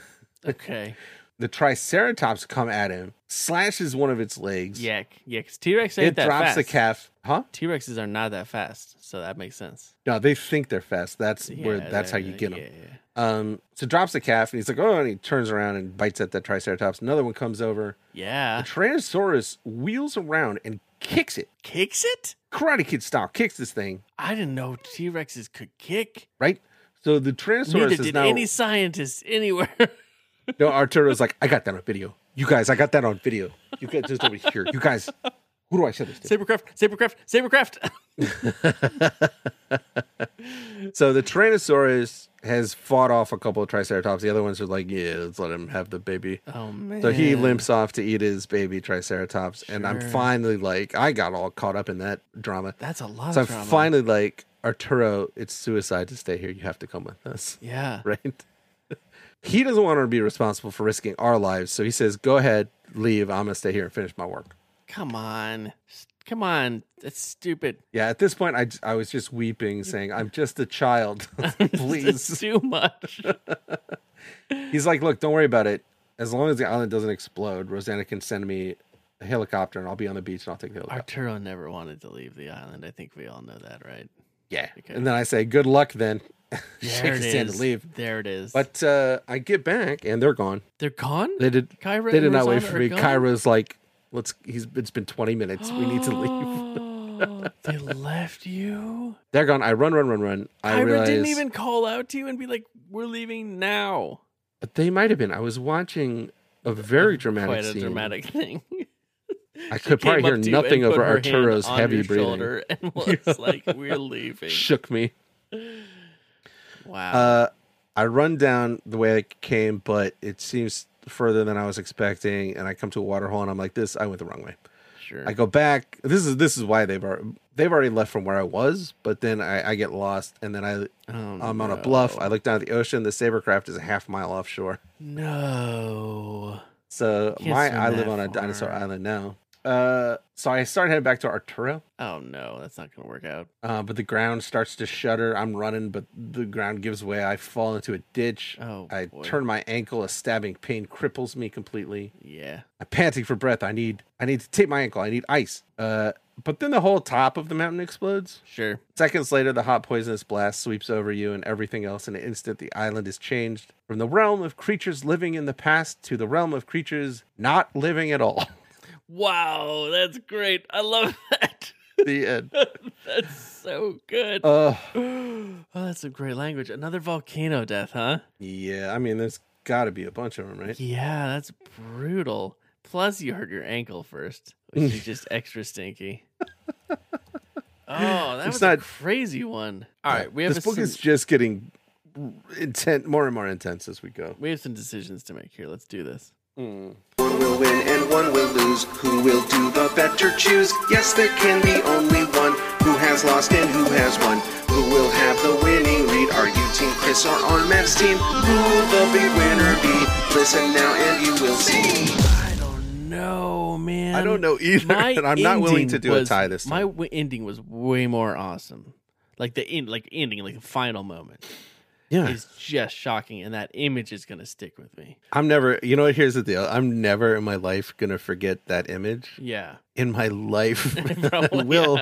B: Okay.
D: the Triceratops come at him, slashes one of its legs.
B: Yak. Yeah, because T Rex ain't
D: It
B: that
D: drops
B: fast.
D: the calf. Huh?
B: T Rexes are not that fast, so that makes sense.
D: No, they think they're fast. That's where
B: Yeah,
D: that's how
B: they're-
D: you get them.
B: yeah, yeah.
D: Um, so drops the calf and he's like, oh, and he turns around and bites at the Triceratops. Another one comes over.
B: Yeah.
D: Tyrannosaurus wheels around and kicks it.
B: Kicks it?
D: Karate Kid style kicks this thing,
B: I didn't know T Rexes could kick.
D: right? So the Tyrannosaurus
B: Neither
D: is
B: did
D: now.
B: any scientists anywhere.
D: No, Arturo's like, I got that on video. You guys, I got that on video. You guys just over here. You guys, who do I show this to?
B: Sabercraft, Sabercraft, Sabercraft.
D: So the Tyrannosaurus has fought off a couple of Triceratops. The other ones are like, yeah, let's let him have the baby.
B: Oh man.
D: So he limps off to eat his baby Triceratops. And I'm
B: Sure.
D: finally like, I got all caught up in that drama.
B: That's a lot
D: so I'm
B: of drama.
D: finally like, Arturo, it's suicide to stay here. You have to come with us.
B: Yeah.
D: right? He doesn't want to be responsible for risking our lives, so he says, "Go ahead, leave. I'm gonna stay here and finish my work."
B: Come on. S- Come on. That's stupid.
D: Yeah, at this point, I, j- I was just weeping, saying, "I'm just a child, please."
B: It's too much.
D: He's like, "Look, don't worry about it. As long as the island doesn't explode, Rosanna can send me a helicopter, and I'll be on the beach, and I'll take the helicopter."
B: Arturo never wanted to leave the island. I think we all know that, right?
D: yeah,
B: okay.
D: and then I say, "Good luck, then." Shake
B: it
D: his
B: is.
D: hand and leave.
B: There it is.
D: But uh, I get back, and they're gone.
B: they're gone?
D: They did.
B: Kyra
D: they
B: and
D: did not wait
B: Rosanna
D: for
B: are
D: me.
B: gone?
D: Kyra's like, "Let's." He's. It's been 20 minutes. We need to leave.
B: leave. Oh, they left you?
D: They're gone. I run, run, run, run. I
B: Kyra
D: realize,
B: didn't even call out to you and be like, we're leaving now.
D: but they might have been. I was watching a very dramatic
B: Quite a
D: scene.
B: dramatic thing.
D: I could
B: Came
D: probably
B: up
D: hear
B: to you
D: nothing
B: and put
D: over
B: her hand
D: Arturo's
B: on
D: heavy
B: your
D: breathing.
B: shoulder And was like, we're leaving.
D: Shook me.
B: Wow.
D: Uh, I run down the way I came, but it seems further than I was expecting, and I come to a waterhole, and I'm like, "This, I went the wrong way."
B: sure.
D: I go back. This is this is why they've already, they've already left from where I was, but then I, I get lost, and then I
B: Oh,
D: I'm on a
B: no.
D: bluff. I look down at the ocean. The Sabercraft is a half mile offshore.
B: No.
D: So
B: Can't
D: my
B: swim
D: I live
B: that
D: on a
B: far.
D: dinosaur island now. Uh, so I start heading back to Arturo,
B: Oh no, that's not gonna work out.
D: uh, but the ground starts to shudder. I'm running, but the ground gives way. I fall into a ditch.
B: Oh,
D: I
B: boy.
D: turn my ankle. A stabbing pain cripples me completely.
B: Yeah.
D: I'm panting for breath. I need I need to tape my ankle. I need ice. Uh, but then the whole top of the mountain explodes.
B: Sure.
D: Seconds later, the hot poisonous blast sweeps over you and everything else. In an instant, the island is changed from the realm of creatures living in the past to the realm of creatures not living at all.
B: Wow, that's great. I love that.
D: the end.
B: that's so good.
D: Uh,
B: oh, that's some great language. Another volcano death, huh?
D: yeah. I mean, there's got to be a bunch of them, right?
B: Yeah, that's brutal. Plus, you hurt your ankle first, which is just extra stinky. Oh, that
D: It's
B: was
D: not-
B: a crazy one. All right, we have
D: this
B: a
D: book
B: sen-
D: is just getting intent, more and more intense as we go.
B: we have some decisions to make here. Let's do this.
F: One will win and one will lose. Who will do the better choose? Yes, there can be only one who has lost and who has won. Who will have the winning lead? Are you Team Chris or on Matt's team? Who will the big winner be? Listen now and you will see.
B: I don't know, man.
D: I don't know either, and I'm not willing to
B: ending
D: do a
B: was-
D: tie this
B: My
D: time.
B: w- ending was way more awesome. Like the end, like ending, like the final moment
D: Yeah.
B: is just shocking, and that image is gonna stick with me.
D: I'm never, you know what? Here's the deal. I'm never in my life going to forget that image.
B: Yeah,
D: In my life, I
B: Probably,
D: will.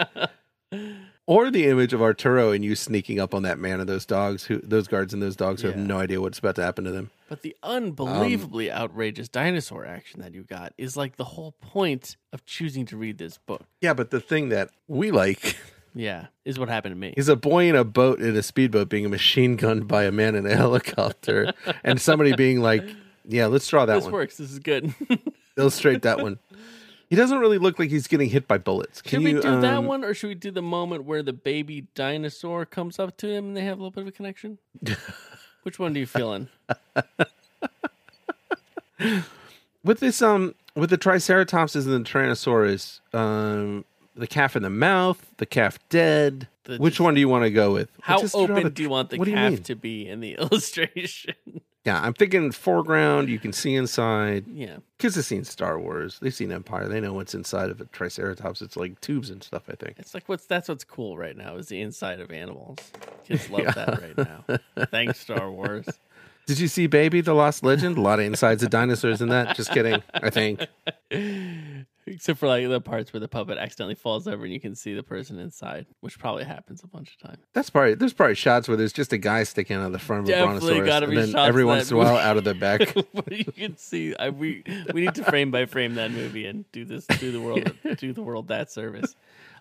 B: yeah.
D: Or the image of Arturo and you sneaking up on that man and those dogs, who those guards and those dogs who have
B: Yeah.
D: no idea what's about to happen to them.
B: But the
D: Um,
B: unbelievably outrageous dinosaur action that you got is like the whole point of choosing to read this book.
D: Yeah, but the thing that we like
B: Yeah, is what happened to me.
D: is a boy in a boat in a speedboat being machine gunned by a man in a helicopter, and somebody being like, "Yeah, let's draw that
B: this
D: one.
B: works. This is good.
D: Illustrate that one." He doesn't really look like he's getting hit by bullets.
B: should
D: Can
B: we
D: you,
B: do that
D: um,
B: one, or should we do the moment where the baby dinosaur comes up to him and they have a little bit of a connection? Which one do you feel in?
D: with this? Um, with the Triceratopses and the Tyrannosaurus, um, the calf in the mouth, the calf dead.
B: The-
D: Which one do you want to go with?
B: How
D: Just draw
B: open
D: the-
B: do you want the
D: what do
B: calf
D: mean?
B: to be in the illustration?
D: Yeah, I'm thinking foreground. You can see inside.
B: Yeah.
D: Kids have seen Star Wars. They've seen Empire. They know what's inside of a Triceratops. It's like tubes and stuff. I think.
B: It's like what's that's what's cool right now is the inside of animals. Kids love that right now. Thanks, Star Wars.
D: Did you see Baby the Lost Legend? A lot of insides of dinosaurs in that. Just kidding. I think.
B: Except for like the parts where the puppet accidentally falls over and you can see the person inside, which probably happens a bunch of times.
D: That's probably there's probably shots where there's just a guy sticking out of the front of a
B: Definitely
D: brontosaurus,
B: gotta
D: and
B: be
D: then
B: shots
D: every
B: of
D: once
B: that
D: in a while
B: movie.
D: out of the back.
B: but you can see I, we we need to frame by frame that movie and do this do the world do the world that service.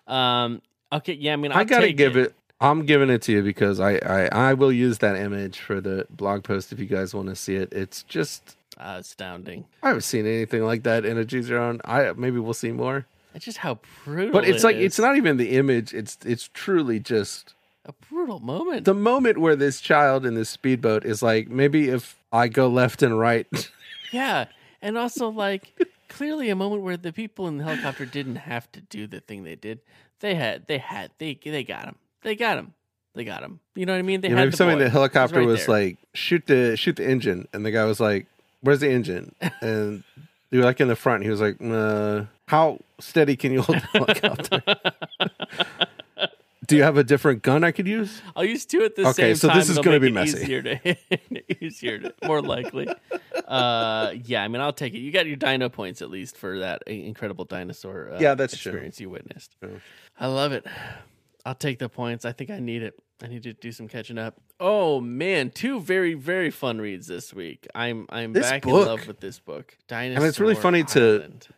B: Um okay, yeah, I mean I'll
D: I gotta
B: take
D: give it. I'm giving it to you because I, I I will use that image for the blog post if you guys want to see it. It's just
B: Uh, astounding.
D: I haven't seen anything like that in a choose your own. I maybe we'll see more,
B: It's just how brutal
D: but it's
B: it
D: like
B: is.
D: it's not even the image. It's it's truly just
B: a brutal moment.
D: the moment where this child in this speedboat is like maybe if I go left and right,
B: Yeah, and also like clearly a moment where the people in the helicopter didn't have to do the thing they did. They had, they had, they they got him. They got him. They got him. You know what I mean? They
D: you know,
B: had
D: maybe somebody in
B: boy.
D: the
B: He's
D: helicopter
B: right
D: was
B: there.
D: like shoot the shoot the engine, and the guy was like, "Where's the engine?" and they were like in the front. And he was like, uh, "How steady can you hold the helicopter?" Do you have a different gun I could use?
B: I'll use two at the
D: Okay,
B: same
D: so
B: time.
D: this is
B: It'll
D: gonna
B: make
D: be
B: it
D: messy.
B: Easier to, easier to, more likely. Uh, yeah, I mean, I'll take it. You got your dino points at least for that i- incredible dinosaur. Uh,
D: Yeah, that's true.
B: experience you witnessed.
D: True.
B: I love it. I'll take the points. I think I need it. I need to do some catching up. Oh man, two very very fun reads this week. I'm I'm
D: This
B: back in
D: book-
B: love with this book. Dinosaur
D: it's really funny to-
B: Island.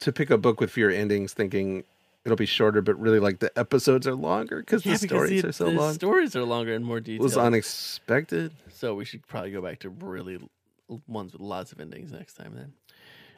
D: To pick a book with fewer endings, thinking it'll be shorter, but really like the episodes are longer because
B: yeah,
D: the
B: because
D: stories
B: the,
D: are so
B: the
D: long.
B: stories are longer and more
D: It
B: detailed.
D: was unexpected.
B: So we should probably go back to really l- ones with lots of endings next time then.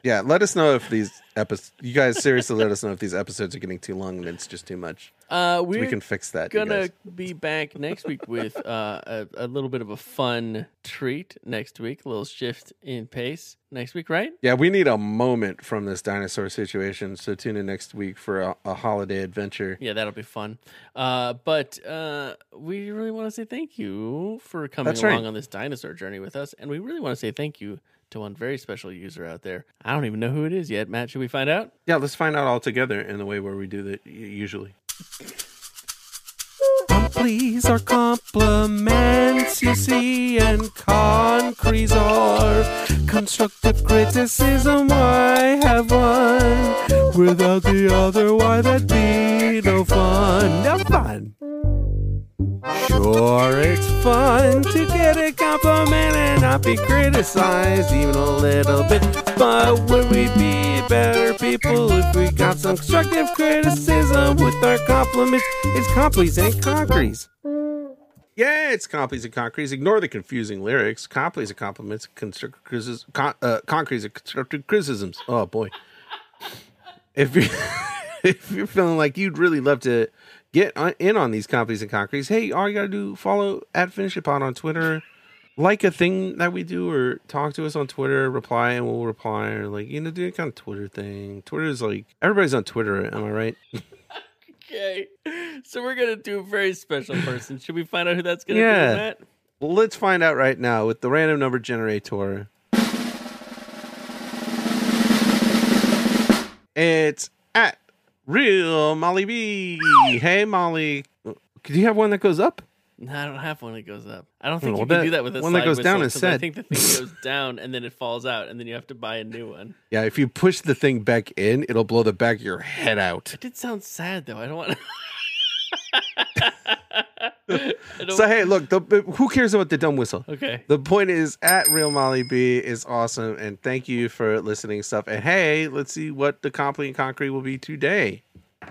D: Yeah, let us know if these episodes. You guys seriously let us know if these episodes are getting too long and it's just too much.
B: Uh,
D: So
B: we're
D: we can fix that. you
B: gonna
D: guys.
B: be back next week with uh, a, a little bit of a fun treat next week, a little shift in pace next week, right?
D: Yeah, we need a moment from this dinosaur situation. So tune in next week for a, a holiday adventure.
B: Yeah, that'll be fun. Uh, but uh, we really want to say thank you for coming
D: That's right.
B: along on this dinosaur journey with us, and we really want to say thank you to one very special user out there. I don't even know who it is yet. Matt, should we find out?
D: Yeah, let's find out all together in the way where we do that y- usually. Please are compliments, you see, and concretes are constructive criticism. Why have one without the other? Why that be no fun? No fun. Sure, it's fun to get a compliment and not be criticized even a little bit. But would we be better people if we got some constructive criticism with our compliments? It's complies and concretes. Yeah, it's complies and concretes. Ignore the confusing lyrics. Complies and compliments, constructive criticisms, con- uh, concretes and constructive criticisms. Oh boy if you if you're feeling like you'd really love to get on, in on these companies and concretes, hey, all you gotta do follow at Finish It Pod on Twitter, like a thing that we do, or talk to us on Twitter, reply and we'll reply, or like you know do a kind of Twitter thing. Twitter is like everybody's on Twitter, am I right?
B: Okay. So we're going to do a very special person. Should we find out who that's going to
D: Yeah.
B: be, Matt?
D: Well, let's find out right now with the random number generator. It's at real Molly B. Hey Molly, could you have one that goes up?
B: No, I don't have one that goes up. I don't think
D: Hmm, Well,
B: you can
D: that-
B: do that with a
D: one that
B: slide
D: goes down
B: whistle,
D: is
B: 'cause I
D: sad.
B: think the thing goes down and then it falls out, and then you have to buy a new one.
D: Yeah, if you push the thing back in, it'll blow the back of your head out.
B: It did sound sad though. I don't want. I don't-
D: So hey, look, the, who cares about the dumb whistle?
B: okay.
D: The point is, at Real Molly B is awesome, and thank you for listening stuff. And hey, let's see what the Complete and Concrete will be today.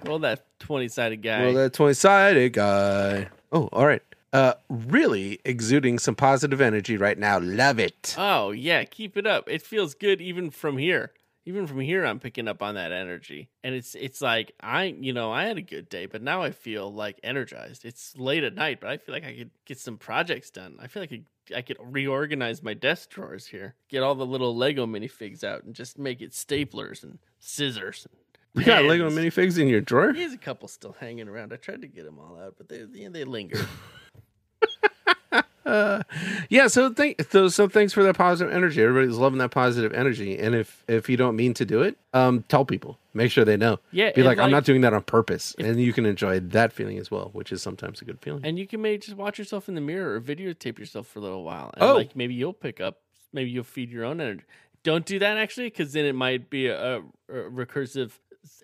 B: Roll that twenty-sided guy.
D: Well, that twenty-sided guy. Oh, all right. Uh, really exuding some positive energy right now. Love it.
B: oh yeah, keep it up. It feels good even from here. Even from here, I'm picking up on that energy, and it's it's like I you know I had a good day, but now I feel like energized. It's late at night, but I feel like I could get some projects done. I feel like I could, I could reorganize my desk drawers here, get all the little Lego minifigs out, and just make it staplers and scissors. And
D: You got Lego
B: pens.
D: minifigs in your drawer?
B: He has a couple still hanging around. I tried to get them all out, but they they, they linger.
D: Yeah, so thank so, so thanks for that positive energy. Everybody's loving that positive energy. And if if you don't mean to do it, um, tell people. Make sure they know.
B: Yeah,
D: Be
B: and
D: like, I'm
B: like-
D: not doing that on purpose. and you can enjoy that feeling as well, which is sometimes a good feeling.
B: And you can maybe just watch yourself in the mirror or videotape yourself for a little while. And
D: Oh.
B: like maybe you'll pick up, maybe you'll feed your own energy. Don't do that actually, because then it might be a, a recursive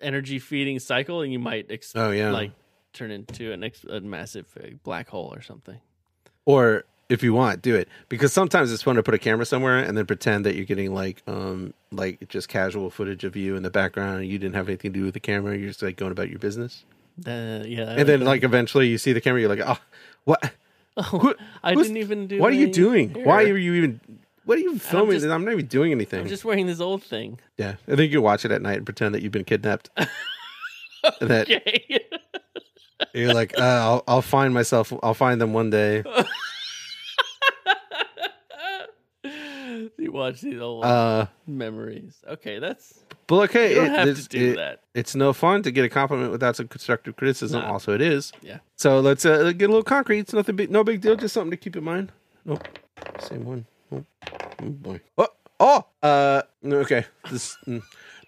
B: energy feeding cycle, and you might ex-
D: Oh, yeah.
B: like turn into an ex- a massive uh, black hole or something.
D: or if you want, do it. Because sometimes it's fun to put a camera somewhere and then pretend that you're getting like um like just casual footage of you in the background and you didn't have anything to do with the camera, you're just like going about your business.
B: Uh, yeah,
D: And then like eventually you see the camera, you're like, Oh what Who-
B: Oh, I
D: who's-
B: didn't even do.
D: What are you
B: anything
D: doing?
B: here.
D: Why are you even what are you filming?
B: just-
D: I'm not even doing anything.
B: I'm just wearing this old thing.
D: Yeah, I think you can watch it at night and pretend that you've been kidnapped. And that
B: Okay.
D: you're like, uh, I'll, I'll find myself. I'll find them one day.
B: you watch these old
D: Uh,
B: memories. Okay, that's
D: but like, hey,
B: you don't have
D: it's-
B: to do
D: it-
B: that.
D: It's no fun to get a compliment without some constructive criticism. Also, it is.
B: Yeah.
D: So let's uh, get a little concrete. It's nothing big, no big deal. Just something to keep in mind. Nope. Same one. Nope. Oh boy. Oh. Oh. Uh. no, Okay. This. mm.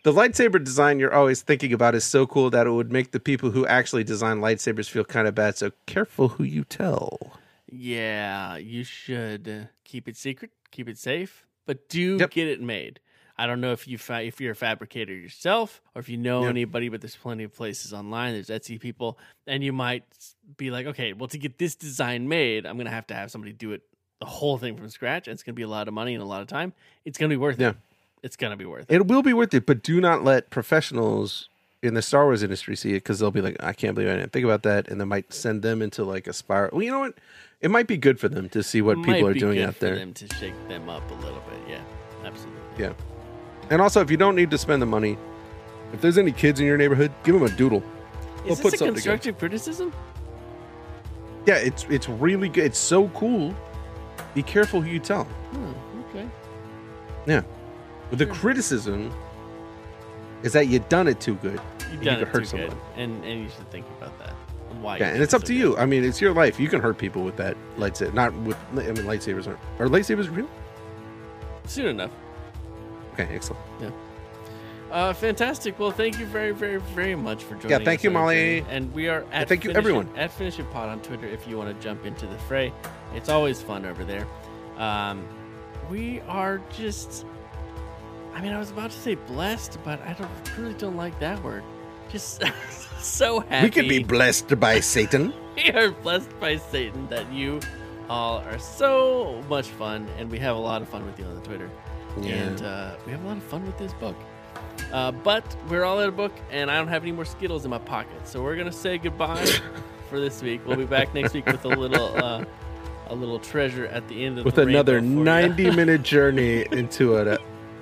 D: The lightsaber design you're always thinking about is so cool that it would make the people who actually design lightsabers feel kind of bad. So careful who you tell.
B: Yeah, you should uh, keep it secret, keep it safe, but do
D: Yep.
B: get it made. I don't know if you fa- if you're a fabricator yourself or if you know
D: Yep.
B: anybody, but there's plenty of places online. There's Etsy people, and you might s- be like, okay, well, to get this design made, I'm gonna have to have somebody do it the whole thing from scratch, and it's gonna be a lot of money and a lot of time. It's gonna be worth
D: Yeah.
B: it. It's gonna be worth it.
D: It will be worth it, but do not let professionals in the Star Wars industry see it because they'll be like, I can't believe I didn't think about that. And they might send them into like a spiral. Well, you know what? It might be good for them to see what
B: Might
D: people are
B: be
D: doing
B: good
D: out
B: for
D: there.
B: them to shake them up a little bit. Yeah, absolutely.
D: Yeah. And also, if you don't need to spend the money, if there's any kids in your neighborhood, give them a doodle. We'll
B: Is
D: put
B: this a
D: something
B: constructive criticism?
D: Yeah, it's it's really good. It's so cool. Be careful who you tell.
B: Hmm, okay.
D: Yeah.
B: Hmm.
D: But the criticism is that you done it too good.
B: You've
D: You
B: done
D: could
B: it
D: hurt
B: too good,
D: someone.
B: and and you should think about that. and Why?
D: Yeah,
B: you
D: and
B: did
D: it's up
B: so
D: to
B: good.
D: you. I mean, it's your life. You can hurt people with that lightsaber. Not with. I mean, lightsabers aren't. Are lightsabers real?
B: Soon enough.
D: Okay, excellent.
B: Uh, fantastic. Well, thank you very, very, very much for joining.
D: Yeah, thank
B: us
D: you,
B: on
D: Molly.
B: the journey. And we are at
D: thank you,
B: Finish It-
D: everyone.
B: at Finish It Pod on Twitter if you want to jump into the fray. It's always fun over there. Um, we are just. I mean, I was about to say blessed, but I don't really don't like that word. Just so happy.
D: We could be blessed by Satan.
B: we are blessed by Satan that you all are so much fun, and we have a lot of fun with you on the Twitter,
D: Yeah.
B: and uh, we have a lot of fun with this book. Uh, but we're all out of book, and I don't have any more Skittles in my pocket, so we're gonna say goodbye for this week. We'll be back next week with a little, uh, a little treasure at the end of
D: With
B: the rainbow
D: another
B: for ya.
D: 90 minute journey into a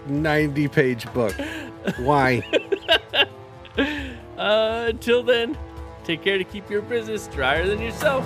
D: 90 page book. Why?
B: Uh, until then, take care to keep your business drier than yourself.